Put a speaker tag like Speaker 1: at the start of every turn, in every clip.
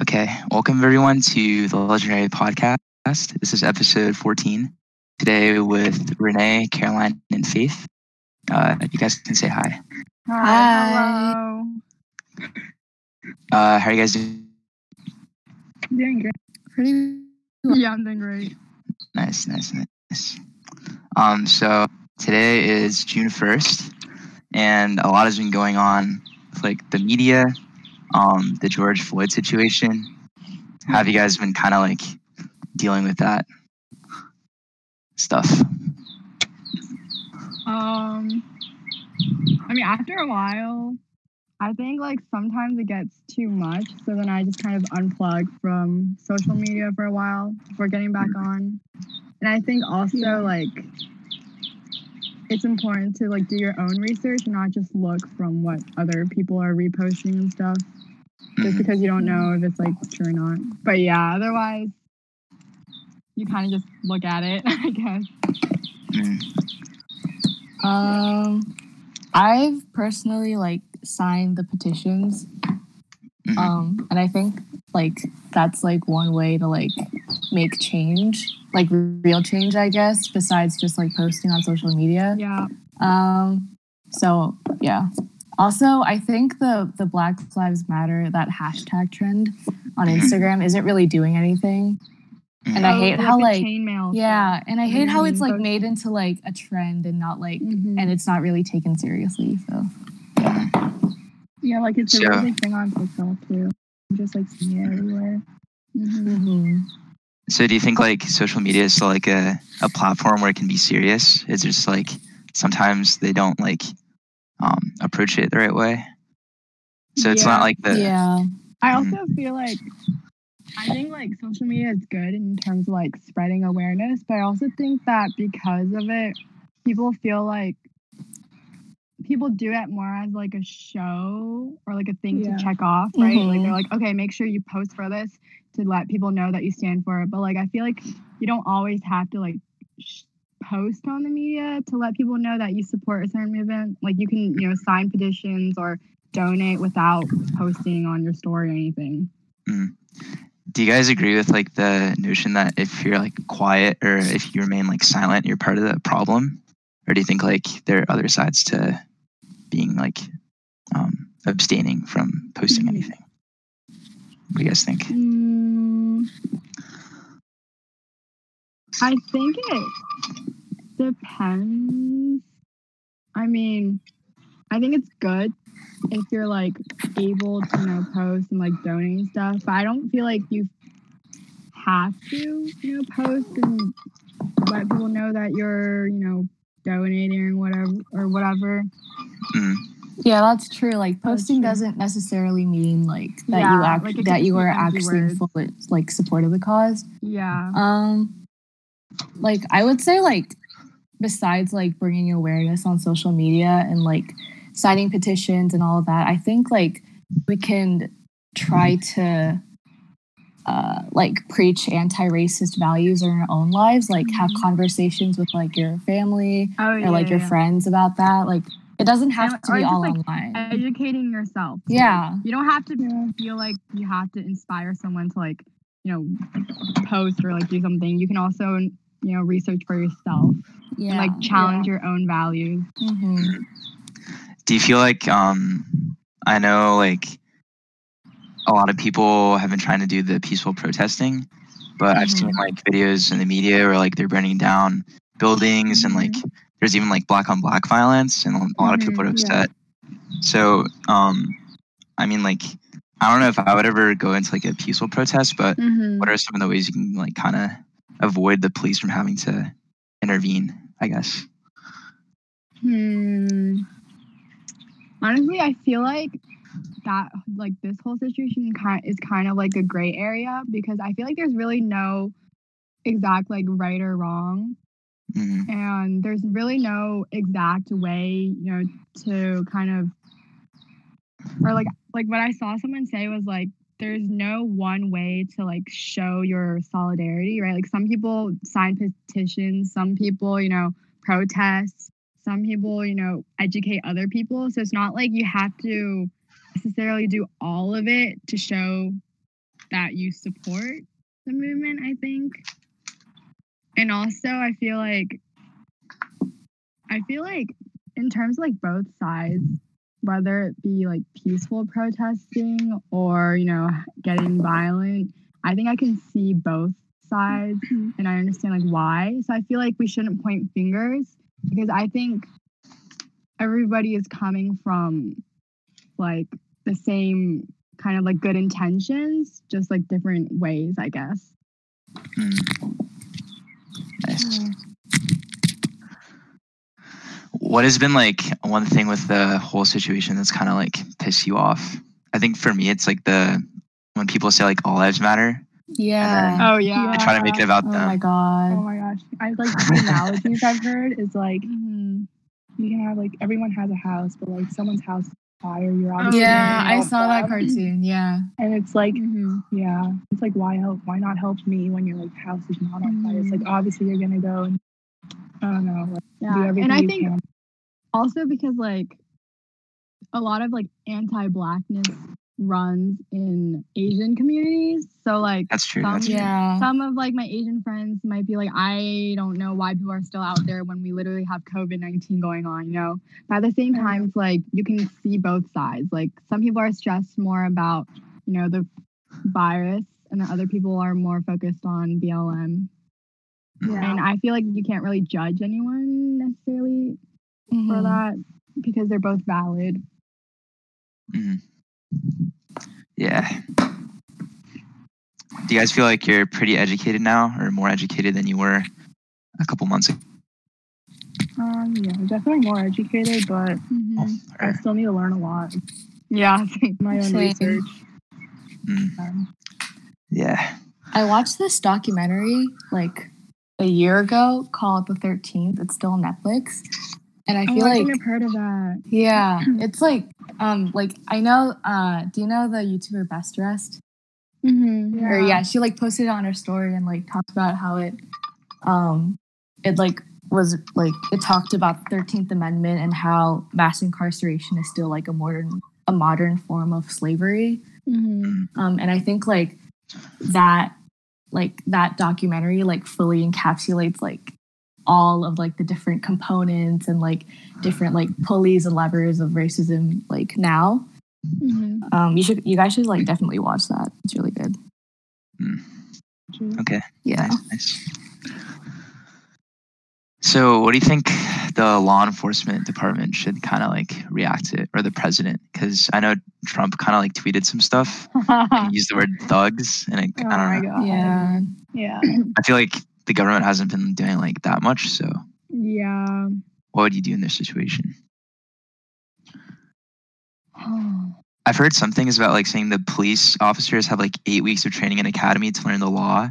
Speaker 1: Okay, welcome everyone to the Legendary Podcast. This is episode 14. Today with Renee, Caroline, and Faith. Uh, you guys can say hi.
Speaker 2: Hi.
Speaker 3: Hello.
Speaker 1: Uh, how are you guys doing?
Speaker 3: Doing great.
Speaker 2: Pretty.
Speaker 3: Yeah, I'm doing great.
Speaker 1: Nice, nice, nice. Um, so today is June 1st, and a lot has been going on with like the media, um, the George Floyd situation. How have you guys been kind of like dealing with that stuff?
Speaker 3: Um, I mean, after a while, I think like sometimes it gets too much. So then I just kind of unplug from social media for a while before getting back on. And I think also like it's important to like do your own research and not just look from what other people are reposting and stuff. just
Speaker 1: Mhm.
Speaker 3: because you don't know if it's like true or not. But yeah, otherwise, you kind of just look at it, I guess.
Speaker 1: Mhm.
Speaker 2: Um, I've personally like signed the petitions.
Speaker 1: Mhm.
Speaker 2: Um, and I think like that's like one way to like make change, like real change, I guess, besides just like posting on social media.
Speaker 3: Yeah,
Speaker 2: Um, so yeah. Also, I think the the Black Lives Matter that hashtag trend on
Speaker 1: Mhm.
Speaker 2: Instagram isn't really doing anything. And I
Speaker 3: Oh,
Speaker 2: hate how
Speaker 3: the
Speaker 2: like
Speaker 3: chainmail.
Speaker 2: Yeah, and I hate how it's like
Speaker 3: Mhm.
Speaker 2: made into like a trend and not like
Speaker 3: Mhm.
Speaker 2: and it's not really taken seriously. So
Speaker 3: yeah, like it's a
Speaker 1: Yeah.
Speaker 3: really big thing on TikTok too. You just like see it everywhere. Mhm.
Speaker 1: So do you think like social media is still like a, a platform where it can be serious? It's just like sometimes they don't like um, approach it the right way. So it's
Speaker 3: Yeah.
Speaker 1: not like the
Speaker 2: yeah,
Speaker 3: I also feel like I think like social media is good in terms of like spreading awareness, but I also think that because of it, people feel like people do it more as like a show or like a thing
Speaker 4: Yeah.
Speaker 3: to check off, right? Like
Speaker 2: Mhm.
Speaker 3: they're like, okay, make sure you post for this to let people know that you stand for it. But like I feel like you don't always have to like sh- post on the media to let people know that you support a certain movement. Like you can, you know, sign petitions or donate without posting on your story or anything.
Speaker 1: do you guys agree with like the notion that if you're like quiet or if you remain like silent, you're part of the problem? Or do you think like there are other sides to being like um, abstaining from posting
Speaker 3: Mhm.
Speaker 1: anything? What do you guys think?
Speaker 3: Mm, I think it depends. I mean, I think it's good if you're like able to you know post and like donate and stuff, but I don't feel like you have to you know post and let people know that you're you know donating or whatever or whatever.
Speaker 1: Mm,
Speaker 2: yeah, that's true. Like posting
Speaker 3: true.
Speaker 2: doesn't necessarily mean like that you
Speaker 3: Yeah,
Speaker 2: act
Speaker 3: like, it
Speaker 2: that
Speaker 3: could
Speaker 2: you
Speaker 3: be
Speaker 2: are
Speaker 3: empty
Speaker 2: actually in
Speaker 3: words.
Speaker 2: full like support of the cause.
Speaker 3: Yeah.
Speaker 2: Um, like I would say like besides like bringing awareness on social media and like signing petitions and all of that, I think like we can try to uh, like preach anti-racist values in our own lives, like have
Speaker 3: Mhm.
Speaker 2: conversations with like your family
Speaker 3: Oh
Speaker 2: or like your friends about that. Like it doesn't have
Speaker 3: Yeah,
Speaker 2: to
Speaker 3: or
Speaker 2: be
Speaker 3: just,
Speaker 2: all
Speaker 3: like,
Speaker 2: online.
Speaker 3: educating yourself. too.
Speaker 2: yeah.
Speaker 3: You don't have to feel like you have to inspire someone to like, you know, post or like do something. You can also, you know, research for yourself
Speaker 2: Yeah.
Speaker 3: and like challenge your own values.
Speaker 2: Mhm.
Speaker 1: do you feel like um i know like a lot of people have been trying to do the peaceful protesting but i've
Speaker 3: Mm-hmm.
Speaker 1: seen like videos in the media where like they're burning down buildings and like there's even like black on black violence and a lot of people are
Speaker 3: Mhm, Mm-hmm. yeah.
Speaker 1: upset so um i mean like i don't know if i would ever go into like a peaceful protest but
Speaker 3: Mm-hmm.
Speaker 1: what are some of the ways you can like kind of avoid the police from having to intervene i guess
Speaker 3: Hmm. Honestly, I feel like that like this whole situation kind is kind of like a gray area because I feel like there's really no exact like right or wrong
Speaker 1: mm,
Speaker 3: and there's really no exact way you know to kind of or like like what i saw someone say was like there's no one way to like show your solidarity right like some people sign petitions some people you know protest some people you know educate other people so it's not like you have to necessarily do all of it to show that you support the movement, I think. And also, I feel like, I feel like in terms of like both sides, whether it be like peaceful protesting or, you know, getting violent, I think I can see both sides
Speaker 4: Mm-hmm.
Speaker 3: and I understand like why. So I feel like we shouldn't point fingers because I think everybody is coming from like the same kind of like good intentions, just like different ways, I guess.
Speaker 1: Mm. Nice.
Speaker 2: Hmm.
Speaker 1: What has been like one thing with the whole situation that's kind of like pissed you off? I think for me, it's like the when people say like all lives matter.
Speaker 2: Yeah.
Speaker 3: Oh yeah.
Speaker 1: I try to make it about
Speaker 2: Oh
Speaker 1: them.
Speaker 2: my god.
Speaker 4: Oh my gosh. I like the analogies I've heard is like
Speaker 3: Mhm.
Speaker 4: you can have like everyone has a house, but like someone's house is on fire, you're
Speaker 3: Oh,
Speaker 4: obviously
Speaker 2: yeah,
Speaker 4: gonna
Speaker 2: I
Speaker 4: help
Speaker 2: saw that
Speaker 4: them.
Speaker 2: cartoon. Yeah.
Speaker 4: And it's like
Speaker 3: Mhm.
Speaker 4: yeah, it's like why help why not help me when your like house is not on fire? It's
Speaker 2: Mm.
Speaker 4: like obviously you're gonna go and I don't know, like, do
Speaker 3: Yeah.
Speaker 4: everything.
Speaker 3: And I
Speaker 4: you
Speaker 3: think
Speaker 4: can.
Speaker 3: also because like a lot of like anti-blackness runs in Asian communities. So like
Speaker 1: That's true.
Speaker 3: Some-
Speaker 1: That's true.
Speaker 2: Yeah.
Speaker 3: some of like my Asian friends might be like, I don't know why people are still out there when we literally have COVID nineteen going on, you know. But at the same
Speaker 4: Yeah.
Speaker 3: time, it's like you can see both sides. Like some people are stressed more about, you know, the virus and the other people are more focused on BLM.
Speaker 4: yeah.
Speaker 1: Mm-hmm.
Speaker 3: And I feel like you can't really judge anyone necessarily for
Speaker 2: Mhm.
Speaker 3: that because they're both valid.
Speaker 1: Yeah. Do you guys feel like you're pretty educated now, or more educated than you were a couple months ago?
Speaker 4: Um, yeah, I'm definitely more educated, but I
Speaker 3: Mm-hmm.
Speaker 1: Or-
Speaker 4: still need to learn a lot.
Speaker 3: Yeah.
Speaker 4: My own
Speaker 2: Same.
Speaker 4: research.
Speaker 1: Mm.
Speaker 4: Um,
Speaker 1: Yeah.
Speaker 2: I watched this documentary like a year ago called The 13th. It's still on Netflix. And I
Speaker 3: I
Speaker 2: feel like
Speaker 3: I've heard of that.
Speaker 2: yeah, it's like um like I know uh do you know the YouTuber Best Dressed?
Speaker 3: Mm-hmm.
Speaker 2: Or yeah, she like posted it on her story and like talked about how it um it like was like it talked about the 13th amendment and how mass incarceration is still like a modern a modern form of slavery.
Speaker 3: Mm-hmm.
Speaker 2: um, and i think like that like that documentary like fully encapsulates like all of like the different components and like different like pulleys and levers of racism like now
Speaker 3: Mm-hmm.
Speaker 2: um you should you guys should like definitely watch that it's really good
Speaker 1: Hmm. Okay.
Speaker 2: yeah
Speaker 1: Nice, nice. So, what do you think the law enforcement department should kind of like react to, it, or the president? Because I know Trump kind of like tweeted some stuff and used the word thugs, and it, I
Speaker 2: Uh,
Speaker 4: oh my
Speaker 1: don't know.
Speaker 4: god.
Speaker 2: yeah
Speaker 4: Yeah.
Speaker 1: I feel like the government hasn't been doing like that much. So,
Speaker 3: Yeah.
Speaker 1: what would you do in this situation? I've heard some things about like saying the police officers have like eight weeks of training in academy to learn the law,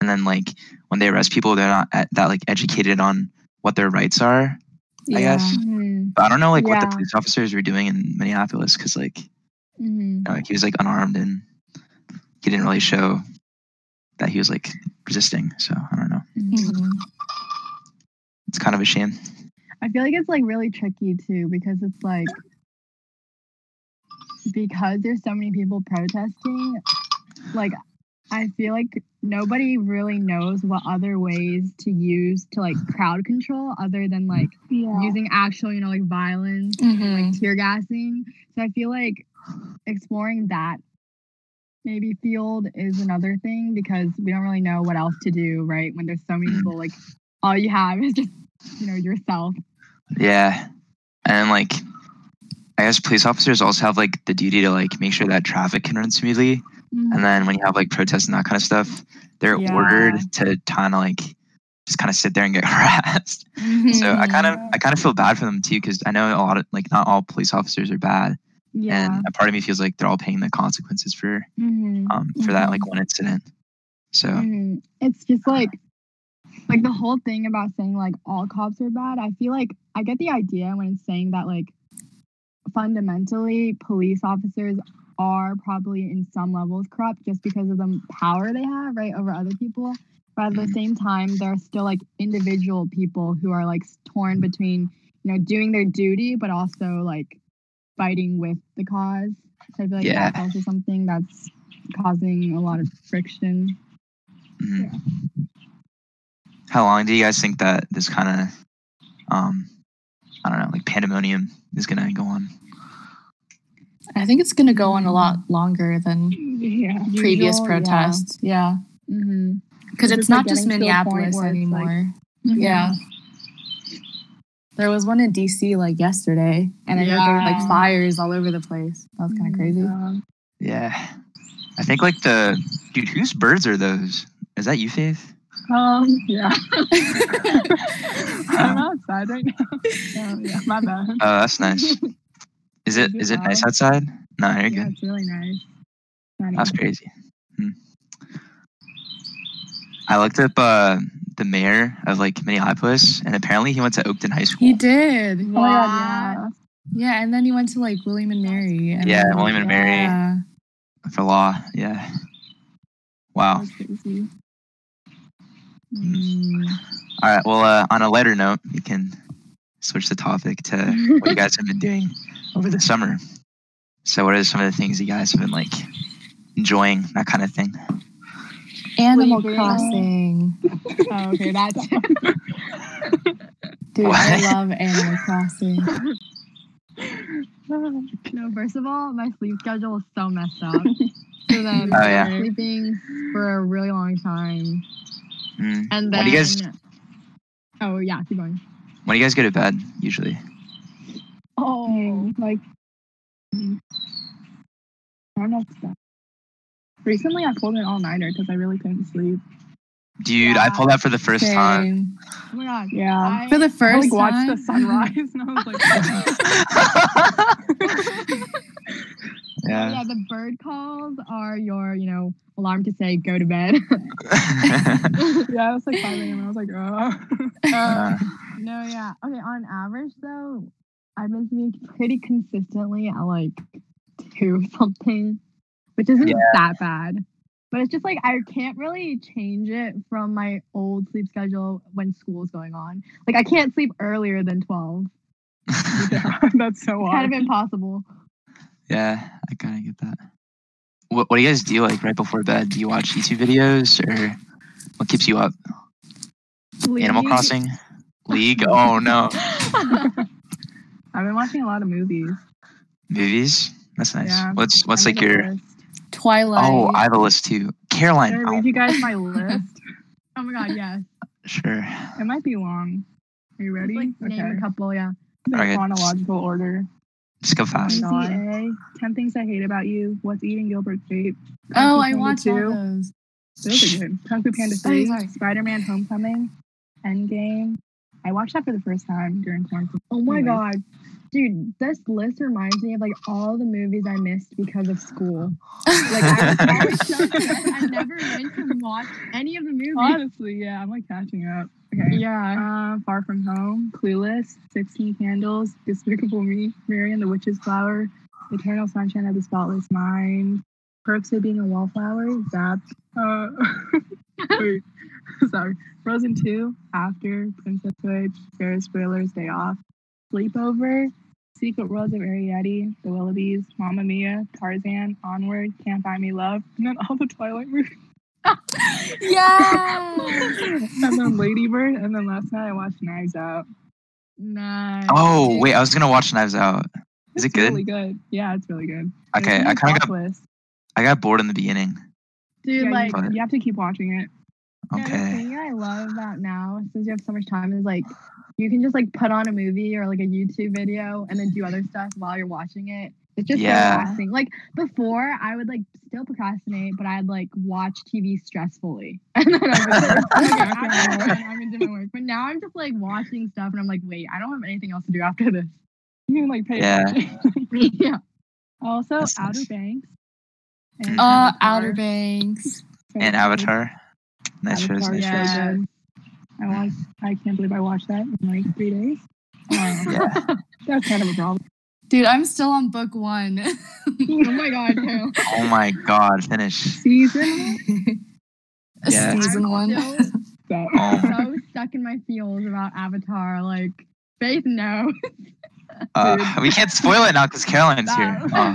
Speaker 1: and then like when they arrest people, they're not e- that like educated on what their rights are.
Speaker 2: yeah
Speaker 1: I guess.
Speaker 3: Mm-hmm.
Speaker 1: But I don't know like what the
Speaker 4: Yeah.
Speaker 1: police officers were doing in Minneapolis because like you
Speaker 3: Mm-hmm.
Speaker 1: know, like he was like unarmed and he didn't really show that he was like resisting. So I don't know.
Speaker 2: Mhm.
Speaker 1: It's kind of a shame.
Speaker 3: I feel like it's like really tricky too because it's like because there's so many people protesting, like I feel like nobody really knows what other ways to use to like crowd control other than like
Speaker 4: Yeah.
Speaker 3: using actual, you know, like violence,
Speaker 2: Mhm.
Speaker 3: tear gassing. So I feel like exploring that maybe field is another thing because we don't really know what else to do, right? When there's so many
Speaker 1: Mm.
Speaker 3: people, like all you have is just, you know, yourself.
Speaker 1: Yeah. And like I guess police officers also have like the duty to like make sure that traffic can run smoothly. And then when you have like protests and that kind of stuff, they're
Speaker 3: Yeah.
Speaker 1: ordered to kind of like just kind of sit there and get harassed. So I kind of I kind of feel bad for them too because I know a lot of like not all police officers are bad,
Speaker 3: Mm-hmm. yeah.
Speaker 1: and a part of me feels like they're all paying the consequences for
Speaker 3: Mhm.
Speaker 1: um for that like one incident. So
Speaker 3: Mhm. It's just like like the whole thing about saying like all cops are bad. I feel like I get the idea when it's saying that like fundamentally police officers are probably in some levels corrupt just because of the power they have right over other people. But at the
Speaker 1: Mhm.
Speaker 3: same time, there are still like individual people who are like torn between you know doing their duty but also like fighting with the cause. So I feel like
Speaker 1: Yeah.
Speaker 3: that's also something that's causing a lot of friction.
Speaker 1: Mhm. How long do you guys think that this kind of, um, I don't know, like pandemonium is gonna go on?
Speaker 2: I think it's going to go on a lot longer than
Speaker 4: Yeah.
Speaker 2: previous
Speaker 3: Usual, yeah.
Speaker 2: protests. Yeah.
Speaker 3: Mm-hmm.
Speaker 2: Because
Speaker 3: It's
Speaker 2: it's,
Speaker 3: just, like,
Speaker 2: not just
Speaker 3: getting to a point
Speaker 2: Minneapolis
Speaker 3: where it's, like-
Speaker 2: anymore. Yeah. There was one in DC like yesterday, and I know there were
Speaker 3: Yeah.
Speaker 2: like fires all over the place. That was kind of crazy.
Speaker 4: Yeah.
Speaker 1: Yeah, I think like the dude, whose birds are those? Is that you, Faith?
Speaker 4: Um, yeah. I'm
Speaker 1: Oh.
Speaker 4: outside right now. Oh, yeah, my bad.
Speaker 1: Oh, that's nice. Is it is it nice outside? No, you're
Speaker 3: Yeah,
Speaker 1: good.
Speaker 3: it's really nice. Not
Speaker 1: That's
Speaker 3: even-
Speaker 1: crazy. Hmm. I looked up uh, the mayor of like Minneapolis, and apparently he went to Oakton High School.
Speaker 2: He did.
Speaker 4: Oh my god,
Speaker 2: Yeah, and then he went to like William and Mary. and-
Speaker 1: Yeah, William and Mary.
Speaker 2: Yeah.
Speaker 1: for law. Yeah.
Speaker 4: yeah.
Speaker 1: Wow.
Speaker 4: That's crazy.
Speaker 2: Mm.
Speaker 1: All right. Well, uh, on a lighter note, we can switch the topic to what you guys have been doing over the summer. So, what are some of the things you guys have been like enjoying? That kind of thing.
Speaker 2: Animal
Speaker 4: Sleeping.
Speaker 2: Crossing.
Speaker 3: Oh, okay, that's
Speaker 2: Dude, I
Speaker 1: What?
Speaker 2: love Animal Crossing.
Speaker 3: no. First of all, my sleep schedule is so messed up. So then
Speaker 1: Oh,
Speaker 3: I was
Speaker 1: yeah.
Speaker 3: sleeping for a really long time,
Speaker 1: Mm.
Speaker 3: and
Speaker 1: What
Speaker 3: then
Speaker 1: do you guys-
Speaker 3: oh yeah, keep going.
Speaker 1: When do you guys go to bed usually?
Speaker 4: Oh, like mm. I don't know. What's that. Recently, I pulled an all nighter because I really couldn't sleep.
Speaker 1: Dude, I pulled out for the first time.
Speaker 2: Same.
Speaker 3: Oh my god.
Speaker 4: Yeah.
Speaker 3: I,
Speaker 2: For the
Speaker 4: I
Speaker 2: first
Speaker 4: like watched
Speaker 2: time.
Speaker 4: the sunrise and I was like,
Speaker 1: yeah.
Speaker 3: yeah, the bird calls are your you know alarm to say go to bed.
Speaker 4: yeah, I was like 5 a.m. I was like, oh.
Speaker 1: Uh,
Speaker 3: No, yeah. Okay, on average though, I've been sleeping pretty consistently at like two something, which isn't
Speaker 1: Yeah.
Speaker 3: that bad. But it's just like I can't really change it from my old sleep schedule when school's going on. Like I can't sleep earlier than twelve.
Speaker 4: That's so
Speaker 3: It's kind
Speaker 4: odd.
Speaker 3: of impossible.
Speaker 1: yeah, I kind of get that. What, what do you guys do like right before bed? Do you watch YouTube videos or what keeps you up? Animal
Speaker 3: League.
Speaker 1: Crossing? League? Oh no.
Speaker 4: I've been watching a lot of movies.
Speaker 1: Movies? That's nice.
Speaker 4: Yeah.
Speaker 1: What's what's
Speaker 4: I
Speaker 1: like
Speaker 4: made a
Speaker 1: your
Speaker 4: list.
Speaker 2: Twilight.
Speaker 1: Oh, I have a list too. Caroline.
Speaker 4: Should I
Speaker 1: Oh,
Speaker 4: read you guys my list?
Speaker 3: Oh my god, yes.
Speaker 1: sure.
Speaker 4: It might be long. Are you ready?
Speaker 3: Like name a couple, yeah.
Speaker 4: In
Speaker 1: Okay.
Speaker 4: Chronological order.
Speaker 1: Just go fast.
Speaker 4: Oh my
Speaker 3: CA.
Speaker 4: 10 Things I Hate About You, What's Eating Gilbert Grape.
Speaker 2: Oh,
Speaker 4: Kung
Speaker 2: I
Speaker 4: Fu Panda
Speaker 2: watched
Speaker 4: 2.
Speaker 2: all those.
Speaker 4: Those are good. Kung Fu Panda
Speaker 2: Sorry,
Speaker 4: 3,
Speaker 2: sorry.
Speaker 4: Spider-Man Homecoming, Endgame. I watched that for the first time during quarantine.
Speaker 3: Oh my
Speaker 4: Anyways.
Speaker 3: god. Dude, this list reminds me of like all the movies I missed because of school. Like I, I was so stressed, I never went to watch any of the movies.
Speaker 4: Honestly, yeah, I'm like catching up. Okay.
Speaker 3: Yeah.
Speaker 4: Uh, Far From Home, Clueless, 16 Candles, Despicable Me, Mary and the Witch's Flower, Eternal Sunshine of the Spotless Mind, Perks of Being a Wallflower, Zapped, uh, wait, sorry, Frozen 2, After, Princess Switch, Ferris Bueller's Day Off, Sleepover, Secret Worlds of Arietti, The Willoughbys, Mamma Mia, Tarzan, Onward, Can't Buy Me Love, and then all the Twilight movies
Speaker 2: Yeah.
Speaker 4: and then Ladybird, and then last night I watched Knives Out.
Speaker 3: Nice.
Speaker 1: oh wait, I was gonna watch Knives Out. Is it
Speaker 4: It's
Speaker 1: good?
Speaker 4: Really good. Yeah, it's really good.
Speaker 1: Okay, I kind of got I got bored in the beginning.
Speaker 3: Dude, like
Speaker 4: like
Speaker 1: Fine.
Speaker 4: you have to keep watching it.
Speaker 3: no, the
Speaker 1: Okay.
Speaker 3: thing I love about now, since you have so much time, is like you can just like put on a movie or like a YouTube video and then do other stuff while you're watching it. It's just so
Speaker 1: Yeah.
Speaker 3: relaxing. Like before, I would like still procrastinate, but I'd like watch TV stressfully. And then I'm like, okay, I'm done, I'm gonna do my work. But now I'm just like watching stuff, and I'm like, wait, I don't have anything else to do after this.
Speaker 4: You can like pay
Speaker 1: Yeah.
Speaker 4: attention.
Speaker 3: yeah.
Speaker 4: Also,
Speaker 1: That's
Speaker 4: Outer
Speaker 1: nice.
Speaker 4: Banks.
Speaker 2: uh,
Speaker 4: Avatar.
Speaker 2: Outer Banks.
Speaker 1: And Avatar. Nice shows,
Speaker 4: Avatar
Speaker 1: nice
Speaker 4: is
Speaker 3: yeah.
Speaker 1: shows.
Speaker 4: so good. I watched. I can't believe I watched that in like three days.
Speaker 3: Oh
Speaker 4: Um,
Speaker 1: Yeah.
Speaker 4: that's kind of a problem.
Speaker 2: Dude, I'm still on book one.
Speaker 3: Oh my god. no.
Speaker 1: Oh my god, finish.
Speaker 4: Season.
Speaker 1: Yeah.
Speaker 2: Season
Speaker 3: I'm
Speaker 2: one.
Speaker 3: still
Speaker 4: So.
Speaker 1: Oh,
Speaker 3: so stuck in my feels about Avatar. Like, Faith knows.
Speaker 1: Oh, uh, we can't spoil it now because Caroline's here. Oh,
Speaker 3: Stop.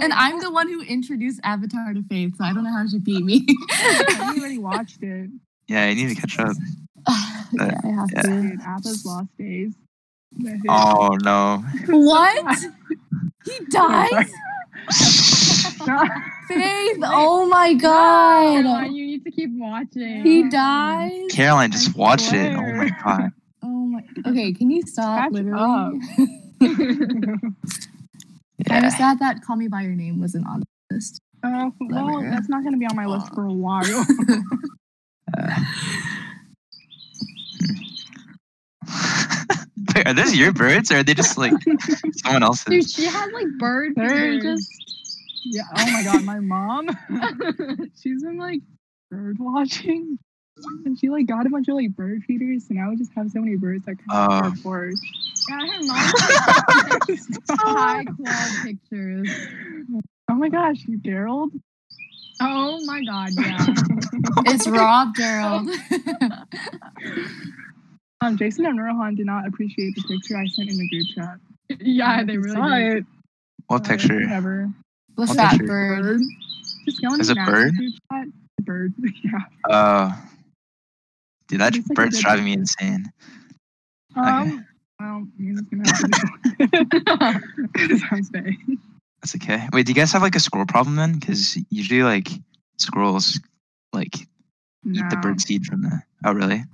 Speaker 2: And I'm the one who introduced Avatar to Faith, so I don't know how she beat me.
Speaker 4: I already watched it.
Speaker 1: Yeah, you need to catch up.
Speaker 2: yeah, I have
Speaker 1: Yeah.
Speaker 2: to.
Speaker 4: Dude, Appa's lost days.
Speaker 1: Oh no.
Speaker 2: What? He dies? Faith, oh my god.
Speaker 4: Oh.
Speaker 3: Caroline, you need to keep watching.
Speaker 2: He dies?
Speaker 1: Caroline, just
Speaker 4: I
Speaker 1: watch it. Oh my
Speaker 4: swear.
Speaker 1: god.
Speaker 2: Oh my. Okay, can you stop?
Speaker 4: Catch
Speaker 2: literally.
Speaker 4: up.
Speaker 2: I
Speaker 1: Yeah.
Speaker 2: was sad that "Call Me by Your Name" wasn't on the list.
Speaker 4: Oh, well, that's not going to be on my list for a while.
Speaker 1: Wait, are those your birds or are they just like someone
Speaker 3: Dude,
Speaker 1: else's?
Speaker 3: she has like bird
Speaker 4: They're
Speaker 3: feeders.
Speaker 4: just. Yeah. Oh my god, my mom. she's been like bird watching, and she like got a bunch of like bird feeders, and I would just have so many birds that come out
Speaker 1: Oh.
Speaker 4: of our porch.
Speaker 3: Yeah, her mom high quality pictures.
Speaker 4: oh my gosh, you Gerald.
Speaker 3: Oh my god, yeah.
Speaker 2: It's Rob Gerald.
Speaker 4: Oh. Um, Jason and Rohan did not appreciate the picture I sent in the group chat.
Speaker 3: yeah, they
Speaker 4: If you
Speaker 3: really
Speaker 4: saw
Speaker 3: do.
Speaker 4: it,
Speaker 1: What
Speaker 4: uh,
Speaker 1: picture?
Speaker 4: Whatever.
Speaker 2: What's
Speaker 1: I'll
Speaker 2: that
Speaker 1: picture it.
Speaker 2: bird?
Speaker 4: Just go in
Speaker 1: Is
Speaker 4: the
Speaker 1: it
Speaker 4: NASA
Speaker 1: bird?
Speaker 4: group chat. Bird. Yeah.
Speaker 1: Uh, dude, that
Speaker 4: It's like a
Speaker 1: bird's
Speaker 4: good
Speaker 1: driving me
Speaker 4: picture.
Speaker 1: insane.
Speaker 4: Um. Well, you're just gonna have to because I'm staying.
Speaker 1: That's okay. Wait, do you guys have like a squirrel problem then? Because usually like squirrels like eat the
Speaker 4: No.
Speaker 1: bird seed from the. Oh really?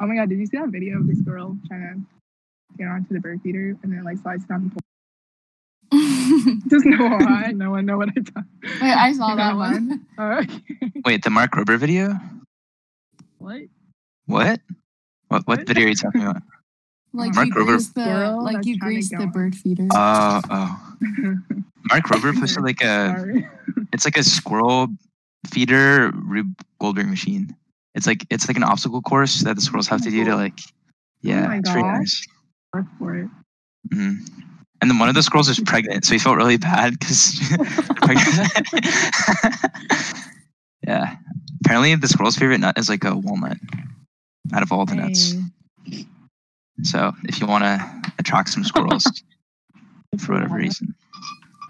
Speaker 4: Oh my god, did you see that video of this girl trying to get onto the bird feeder and then like slides down the pole? Just no one, no one know what I done.
Speaker 2: Wait, I saw
Speaker 4: You
Speaker 2: that
Speaker 4: got
Speaker 2: one.
Speaker 4: Oh, okay.
Speaker 1: Wait, the Mark Rober video?
Speaker 4: What?
Speaker 1: What? What what
Speaker 4: What?
Speaker 1: video are you talking about?
Speaker 2: Like
Speaker 1: Mark
Speaker 2: you
Speaker 1: Rober.
Speaker 2: grease the
Speaker 4: Squirrel
Speaker 2: like
Speaker 4: that's
Speaker 2: you
Speaker 4: trying to
Speaker 2: grease the
Speaker 4: go-
Speaker 2: bird feeder.
Speaker 1: Uh oh. Mark Rober posted like a
Speaker 4: Sorry.
Speaker 1: it's like a squirrel feeder Rube Goldberg machine. It's like it's like an obstacle course that the squirrels have to do to like yeah,
Speaker 4: Oh, my
Speaker 1: it's pretty
Speaker 4: gosh.
Speaker 1: nice.
Speaker 4: Work for it.
Speaker 1: hmm And then one of the squirrels is pregnant, so he felt really bad because. yeah. Apparently, the squirrel's favorite nut is like a walnut out of all the nuts. So, if you want to attract some squirrels for whatever reason,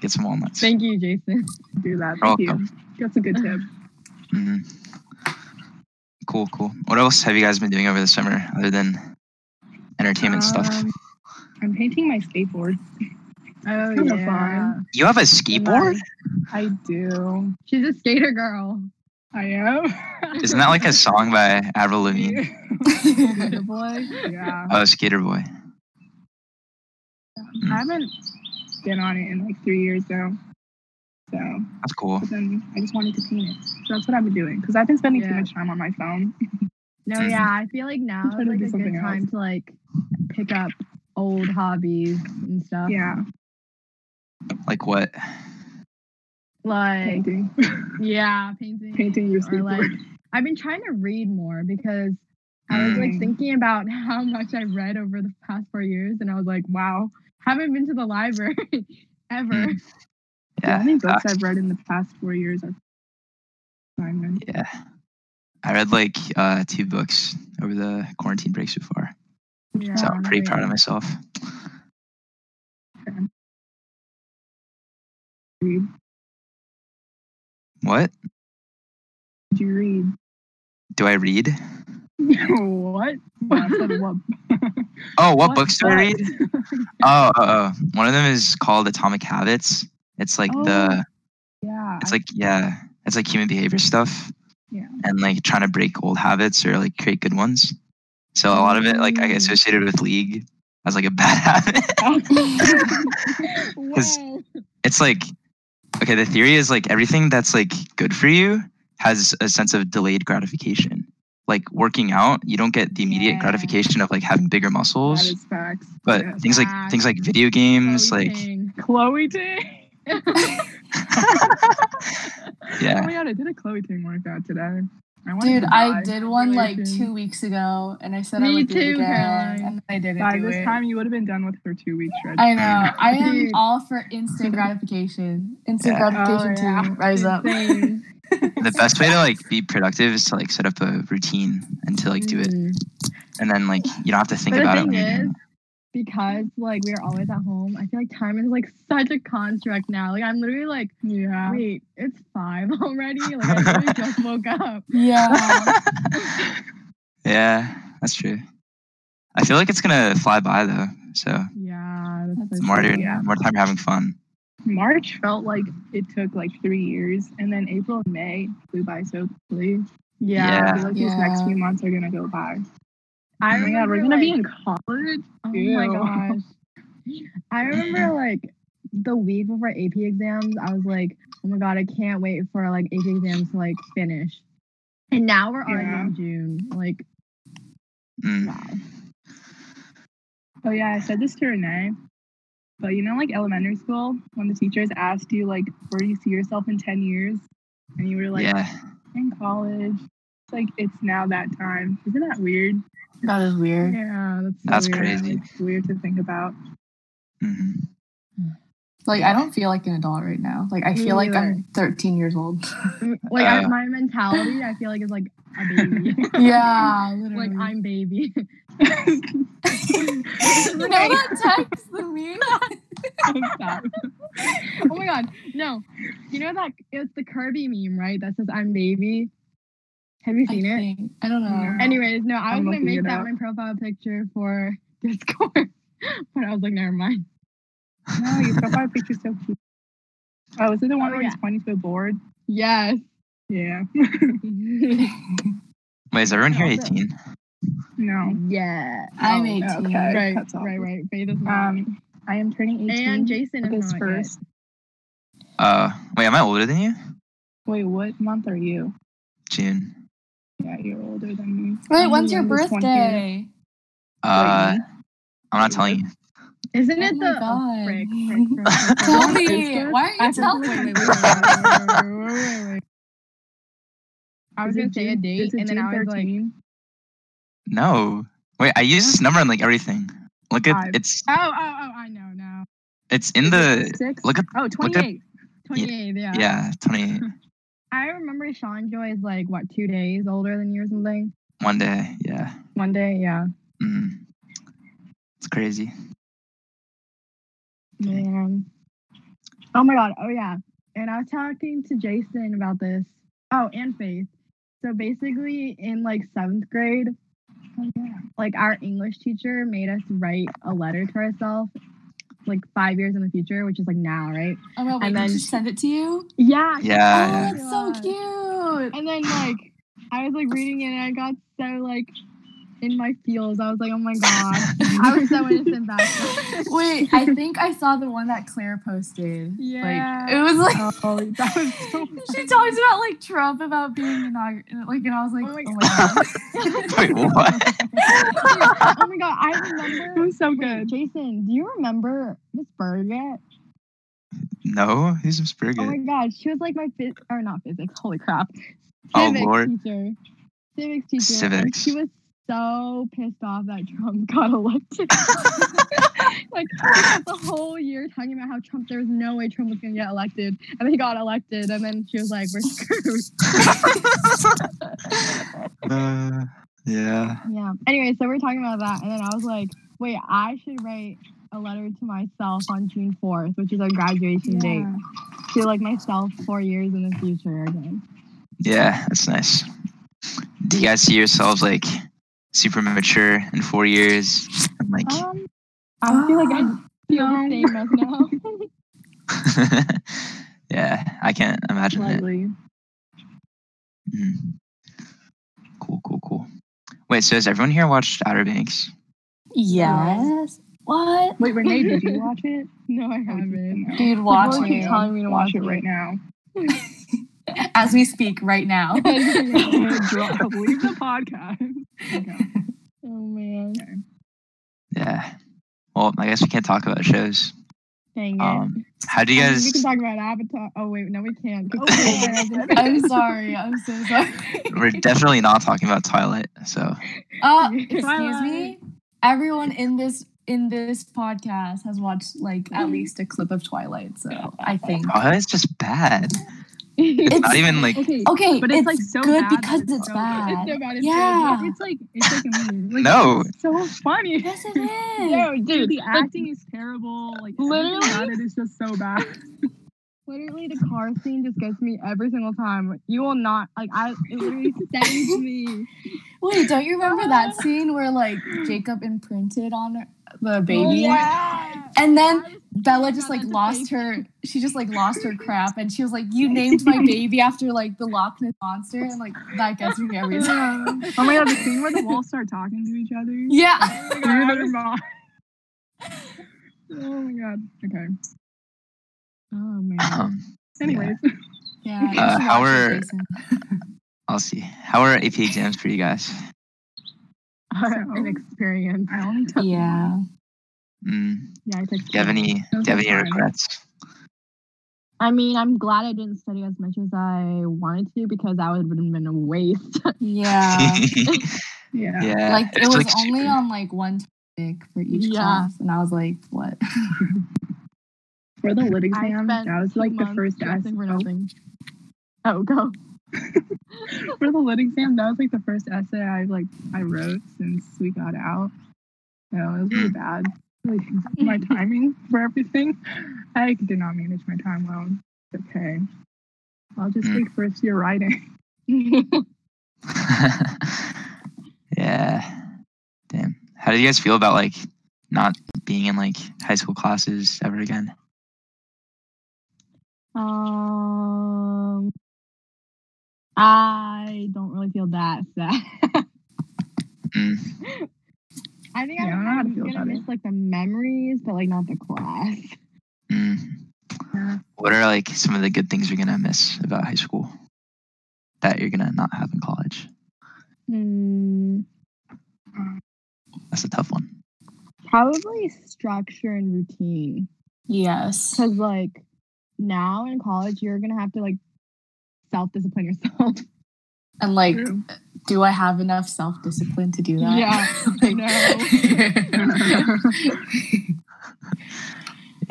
Speaker 1: get some walnuts.
Speaker 3: Thank you, Jason.
Speaker 4: Do that.
Speaker 1: You're
Speaker 4: Thank you. That's a good tip.
Speaker 1: hmm Mm-hmm. Cool, cool. What else have you guys been doing over the summer other than entertainment stuff?
Speaker 4: Um, I'm painting my skateboard.
Speaker 3: Oh
Speaker 4: Kinda
Speaker 3: yeah.
Speaker 4: fun.
Speaker 1: You have a skateboard?
Speaker 4: I do.
Speaker 3: She's a skater girl.
Speaker 4: I am.
Speaker 1: Isn't that like a song by Avril Lavigne?
Speaker 4: Skater boy. Yeah.
Speaker 1: Oh, Skater Boy.
Speaker 2: Mm.
Speaker 4: I haven't been on it in like three years though. So
Speaker 1: That's cool.
Speaker 4: but then I just wanted to paint it. So that's what I've been doing because I've been spending too
Speaker 3: Yeah.
Speaker 4: much time on my phone.
Speaker 3: No,
Speaker 1: Mhm.
Speaker 3: yeah, I feel like now
Speaker 4: trying
Speaker 3: is like
Speaker 4: to do
Speaker 3: a good
Speaker 4: something else.
Speaker 3: time to like pick up old hobbies and stuff.
Speaker 4: Yeah,
Speaker 1: Like what?
Speaker 3: Like
Speaker 4: painting,
Speaker 3: yeah, painting.
Speaker 4: painting your
Speaker 3: or like
Speaker 4: skateboard.
Speaker 3: I've been trying to read more because I was like
Speaker 4: Mm.
Speaker 3: thinking about how much I read over the past four years and I was like, wow, haven't been to the library ever.
Speaker 1: Mm.
Speaker 4: the
Speaker 1: Yeah.
Speaker 4: only books
Speaker 1: uh,
Speaker 4: I've read in the past four years are assignments.
Speaker 1: yeah. I read like uh, two books over the quarantine break so far.
Speaker 3: Yeah,
Speaker 1: So I'm pretty
Speaker 4: Um,
Speaker 1: proud of myself.
Speaker 4: Read.
Speaker 1: What?
Speaker 4: Did you read?
Speaker 1: Do I read?
Speaker 4: what? Yeah, I said what?
Speaker 1: Oh, what,
Speaker 4: What
Speaker 1: books do I read?
Speaker 4: books?
Speaker 1: Oh, oh, oh, one of them is called Atomic Habits. It's like the,
Speaker 4: Oh, Yeah.
Speaker 1: it's like, yeah, it's like human behavior stuff.
Speaker 4: Yeah.
Speaker 1: And like trying to break old habits or like create good ones. So a lot of it, like, I
Speaker 4: Mm.
Speaker 1: associated with League as like a bad habit. Because it's like, okay, the theory is like everything that's like good for you has a sense of delayed gratification. Like working out, you don't get the immediate
Speaker 3: Yeah.
Speaker 1: gratification of like having bigger
Speaker 4: that
Speaker 1: muscles,
Speaker 4: is facts.
Speaker 1: but
Speaker 4: Yes.
Speaker 1: things like
Speaker 3: facts.
Speaker 1: things like video games,
Speaker 3: Chloe
Speaker 1: like
Speaker 3: Ting.
Speaker 4: Chloe Ting. Oh
Speaker 1: yeah,
Speaker 4: my god, I did a Chloe Ting workout today. I wanted
Speaker 2: Dude,
Speaker 4: to
Speaker 2: I
Speaker 4: die.
Speaker 2: did one like
Speaker 4: Congratulations.
Speaker 2: two weeks ago, and I said I
Speaker 3: Me
Speaker 2: would do it
Speaker 3: too,
Speaker 2: again,
Speaker 3: Caroline.
Speaker 2: and I didn't
Speaker 4: By
Speaker 2: do
Speaker 4: this
Speaker 2: it.
Speaker 4: time, you would have been done with her two weeks, right?
Speaker 2: I know. I am
Speaker 3: Dude.
Speaker 2: all for instant gratification. Instant
Speaker 1: Yeah.
Speaker 2: gratification
Speaker 3: Oh, yeah.
Speaker 2: too. Rise up.
Speaker 3: Insane.
Speaker 1: the best way to like be productive is to like set up a routine and to like do it,
Speaker 3: Mhm.
Speaker 1: and then like you don't have to think
Speaker 3: But the
Speaker 1: about it.
Speaker 3: thing
Speaker 1: when you're doing
Speaker 3: is,
Speaker 1: it.
Speaker 3: because like we are always at home, I feel like time is like such a construct now. Like I'm literally like,
Speaker 4: Yeah.
Speaker 3: wait, it's five already. Like I literally just woke up.
Speaker 2: Yeah.
Speaker 1: Yeah, that's true. I feel like it's gonna fly by though. So
Speaker 3: Yeah,
Speaker 2: That's
Speaker 3: that's
Speaker 1: the more you're,
Speaker 4: Yeah.
Speaker 1: more time you're having fun.
Speaker 4: March felt like it took like three years, and then April and May flew by so quickly.
Speaker 1: Yeah.
Speaker 4: I feel like these next
Speaker 2: Yeah.
Speaker 4: few months are gonna go by.
Speaker 3: I
Speaker 4: oh my god,
Speaker 3: remember,
Speaker 4: we're gonna be
Speaker 3: like-
Speaker 4: in college.
Speaker 3: Oh my
Speaker 4: Ew.
Speaker 3: gosh. I remember like the week before AP exams, I was like, oh my god, I can't wait for like AP exams to like finish. And now we're already
Speaker 4: Yeah.
Speaker 3: in June. Like,
Speaker 1: Mm.
Speaker 3: wow.
Speaker 4: Oh yeah, I said this to Renee. But you know, like elementary school, when the teachers asked you like, where do you see yourself in ten years, and you were like,
Speaker 1: yeah,
Speaker 4: in college. It's like it's now that time. Isn't that weird?
Speaker 2: that is weird.
Speaker 3: Yeah, that's, so
Speaker 1: That's
Speaker 3: weird.
Speaker 1: crazy.
Speaker 4: It's weird to think about.
Speaker 1: hmm
Speaker 2: Like I don't feel like an adult right now. Like I
Speaker 3: Me
Speaker 2: feel like
Speaker 3: neither.
Speaker 2: I'm 13 years old.
Speaker 3: Like I-
Speaker 1: Uh.
Speaker 3: my mentality, I feel like is like a baby.
Speaker 2: yeah, literally.
Speaker 3: like I'm baby.
Speaker 2: you know that text, the meme.
Speaker 4: Stop.
Speaker 3: oh my god, no. You know that it's the Kirby meme, right? That says I'm baby. Have you
Speaker 2: I,
Speaker 3: seen it?
Speaker 2: think. I don't know.
Speaker 4: Yeah.
Speaker 3: Anyways, no, I was
Speaker 4: I'm
Speaker 3: gonna
Speaker 4: looking
Speaker 3: make
Speaker 4: it
Speaker 3: that
Speaker 4: up.
Speaker 3: my profile picture for Discord, but I was like, never mind.
Speaker 4: No, your profile picture's so cute. Oh, is it the one
Speaker 3: Oh,
Speaker 4: where
Speaker 3: yeah.
Speaker 4: he's pointing to a board?
Speaker 3: Yes.
Speaker 4: Yeah.
Speaker 1: Wait, is everyone here
Speaker 3: Also-
Speaker 1: 18?
Speaker 4: No.
Speaker 3: yeah.
Speaker 2: I'm
Speaker 3: Oh,
Speaker 2: 18.
Speaker 4: okay.
Speaker 3: Right,
Speaker 4: That's all.
Speaker 3: right, right. Faith is not.
Speaker 4: Um, I am turning 18.
Speaker 3: and Jason
Speaker 4: April
Speaker 3: is not first.
Speaker 4: first.
Speaker 1: Uh, wait, am I older than you?
Speaker 4: Wait, what month are you?
Speaker 1: June.
Speaker 4: Yeah, you're older than me.
Speaker 2: Wait,
Speaker 4: I'm
Speaker 2: when's
Speaker 4: the
Speaker 2: your
Speaker 4: youngest one here.
Speaker 2: birthday?
Speaker 1: Uh, I'm not telling you.
Speaker 3: Isn't
Speaker 2: Oh
Speaker 3: it
Speaker 2: my
Speaker 3: the oh, frick,
Speaker 2: God.
Speaker 3: frick, frick, frick, frick.
Speaker 2: Tell
Speaker 4: On
Speaker 2: me.
Speaker 4: Facebook?
Speaker 2: Why are
Speaker 4: I
Speaker 2: you telling
Speaker 4: think-
Speaker 2: me?
Speaker 3: Wait, wait, wait, wait, wait, wait, wait, wait, wait. I was
Speaker 4: Is it
Speaker 3: gonna say a
Speaker 4: June-
Speaker 3: date,
Speaker 4: is it
Speaker 3: and then I
Speaker 4: June
Speaker 3: was like,
Speaker 4: 13?
Speaker 1: No. Wait, I use this number on like everything. Look at
Speaker 4: Five.
Speaker 1: it's
Speaker 3: oh, oh, oh, I know now.
Speaker 1: it's in
Speaker 4: Is it
Speaker 1: the
Speaker 4: six?
Speaker 1: look at
Speaker 3: Oh,
Speaker 1: Look at-
Speaker 3: 28. 28, yeah.
Speaker 1: yeah 28
Speaker 3: I remember Sean Joy is like, what, two days older than you or something?
Speaker 1: one day yeah.
Speaker 3: One day, yeah.
Speaker 1: Mm. It's crazy.
Speaker 3: Man. Oh my god. Oh yeah. And I was talking to Jason about this. Oh, and Faith. So basically in like seventh grade,
Speaker 4: Oh, yeah.
Speaker 3: like our English teacher made us write a letter to ourselves like five years in the future, which is like now, right?
Speaker 2: Oh, well, wait,
Speaker 3: And
Speaker 2: did
Speaker 3: then-
Speaker 2: she send it to you?
Speaker 3: Yeah.
Speaker 2: oh,
Speaker 1: Yeah.
Speaker 2: that's so
Speaker 3: God.
Speaker 2: cute.
Speaker 3: And then like I was like reading it and I got so like in my feels. I was like, oh my god. I was so innocent back then.
Speaker 2: Wait, I think I saw the one that Claire posted.
Speaker 3: Yeah.
Speaker 2: Like, it was like.
Speaker 3: Oh, that was so
Speaker 2: she talks about like Trump about being inaugurated, like, and I was like,
Speaker 3: Oh my
Speaker 2: oh my god.
Speaker 1: Wait, what?
Speaker 3: oh my god, I remember.
Speaker 4: was so
Speaker 3: Wait,
Speaker 4: good.
Speaker 3: Jason, do you remember Miss Birgit?
Speaker 1: No, who's Miss
Speaker 3: Oh my
Speaker 1: Birgit?
Speaker 3: god, she was like my phys- or not physics. Holy crap!
Speaker 1: Oh,
Speaker 3: Civics
Speaker 1: Lord.
Speaker 3: teacher, civics teacher. And
Speaker 1: Civics.
Speaker 3: she was so pissed off that Trump got elected. like she spent the whole year talking about how Trump, there was no way Trump was gonna get elected, and then he got elected, and then she was like, "We're screwed."
Speaker 1: Uh, yeah.
Speaker 3: Yeah. Anyway, so we're talking about that, and then I was like, wait, I should write a letter to myself on June fourth, which is our graduation date, to like myself four years in the future again.
Speaker 1: Yeah, that's nice. Do you guys see yourselves like super mature in four years? And, like,
Speaker 3: Um, I feel like I feel
Speaker 4: No.
Speaker 3: the same as now.
Speaker 1: yeah, I can't imagine it.
Speaker 4: Lovely.
Speaker 1: Mm. Cool, cool, cool. Wait, so has everyone here watched Outer Banks?
Speaker 2: Yes. What?
Speaker 4: Wait, Renee, did you watch it?
Speaker 3: no, I
Speaker 4: Oh,
Speaker 3: haven't.
Speaker 4: no.
Speaker 2: Dude, watch
Speaker 3: People keep
Speaker 2: it.
Speaker 3: telling me to
Speaker 4: Watch it right now.
Speaker 2: as we speak right now.
Speaker 4: Drop, leave the podcast.
Speaker 3: oh man,
Speaker 1: Yeah. Well, I guess we can't talk about shows.
Speaker 3: dang it.
Speaker 1: Um, how do you
Speaker 3: I mean, we
Speaker 1: guys?
Speaker 3: can talk about Avatar. Oh wait, no, we can't. Oh,
Speaker 2: I'm sorry. I'm so sorry.
Speaker 1: We're definitely not talking about Twilight. So
Speaker 2: Uh, excuse
Speaker 4: Twilight.
Speaker 2: me. Everyone in this in this podcast Mm-hmm. has watched like at least a clip of Twilight, so I think
Speaker 1: Twilight's just bad. It's not even like
Speaker 4: Okay,
Speaker 2: okay,
Speaker 4: but it's, like, so
Speaker 2: good
Speaker 4: bad that
Speaker 2: because
Speaker 4: it's
Speaker 2: Oh, it's,
Speaker 4: so good.
Speaker 2: bad.
Speaker 3: It's so bad. It's
Speaker 2: Yeah.
Speaker 3: Good. It's like it's like a meme. Like,
Speaker 1: no.
Speaker 3: it's so funny.
Speaker 2: Yes, it is.
Speaker 3: No, dude.
Speaker 4: the acting is terrible. Like
Speaker 3: Literally.
Speaker 4: everything about it is just so bad.
Speaker 3: Literally, the car scene just gets me every single time. You will not like. I it literally saves me.
Speaker 2: Wait, don't you remember that scene where like Jacob imprinted on the baby?
Speaker 3: Oh, yeah.
Speaker 2: And then
Speaker 3: I was
Speaker 2: Bella
Speaker 3: thinking
Speaker 2: just
Speaker 3: about
Speaker 2: like
Speaker 3: that
Speaker 2: lost her. She just like lost her crap, and she was like, "You named my baby after like the Loch Ness monster," and like that gets me every time.
Speaker 4: oh my god, the scene where the walls start talking to each other.
Speaker 2: Yeah,
Speaker 3: today.
Speaker 4: Through their mouth. oh my god. Okay.
Speaker 3: Oh man.
Speaker 1: Um,
Speaker 4: Anyways,
Speaker 2: yeah. you should
Speaker 1: Uh,
Speaker 2: watch
Speaker 1: how
Speaker 2: it,
Speaker 1: are-
Speaker 2: Jason.
Speaker 1: I'll see. How are AP exams for you guys?
Speaker 3: An experience.
Speaker 4: I only took one.
Speaker 2: Yeah.
Speaker 1: Mm,
Speaker 4: Yeah, I took
Speaker 1: do you have any? Do you have any
Speaker 4: Fine.
Speaker 1: regrets?
Speaker 3: I mean, I'm glad I didn't study as much as I wanted to because that would have been a waste. Uh,
Speaker 2: Yeah.
Speaker 4: Yeah.
Speaker 1: yeah.
Speaker 2: like it
Speaker 1: it's,
Speaker 2: was
Speaker 1: like,
Speaker 2: only
Speaker 1: super-
Speaker 2: on like one topic for each
Speaker 3: Yeah.
Speaker 2: class, and I was like, "What?"
Speaker 4: For the lit
Speaker 3: I
Speaker 4: exam,
Speaker 3: spent
Speaker 4: that was
Speaker 3: two
Speaker 4: like the
Speaker 3: months
Speaker 4: first essay.
Speaker 3: dressing for nothing. Oh, go.
Speaker 4: For the lit exam, that was like the first essay I like I wrote since we got out. So it was really bad. Like my timing for everything. I did not manage my time well. It's okay. I'll just
Speaker 1: Mm.
Speaker 4: take first year writing.
Speaker 1: yeah. Damn. How do you guys feel about like not being in like high school classes ever again?
Speaker 3: Um, I don't really feel that sad. I think
Speaker 4: Yeah, I
Speaker 3: I'm
Speaker 4: don't know how to
Speaker 3: I'm
Speaker 4: feel
Speaker 3: gonna
Speaker 4: about
Speaker 3: miss like the memories, but like not the class.
Speaker 1: Mm.
Speaker 4: Yeah.
Speaker 1: What are like some of the good things you're gonna miss about high school that you're gonna not have in college?
Speaker 3: Hmm,
Speaker 1: That's a tough one.
Speaker 3: probably structure and routine.
Speaker 2: Yes.
Speaker 3: Cause like now in college, you're gonna have to like self discipline yourself.
Speaker 2: And like,
Speaker 4: True.
Speaker 2: do I have enough self discipline to do that?
Speaker 3: Yeah,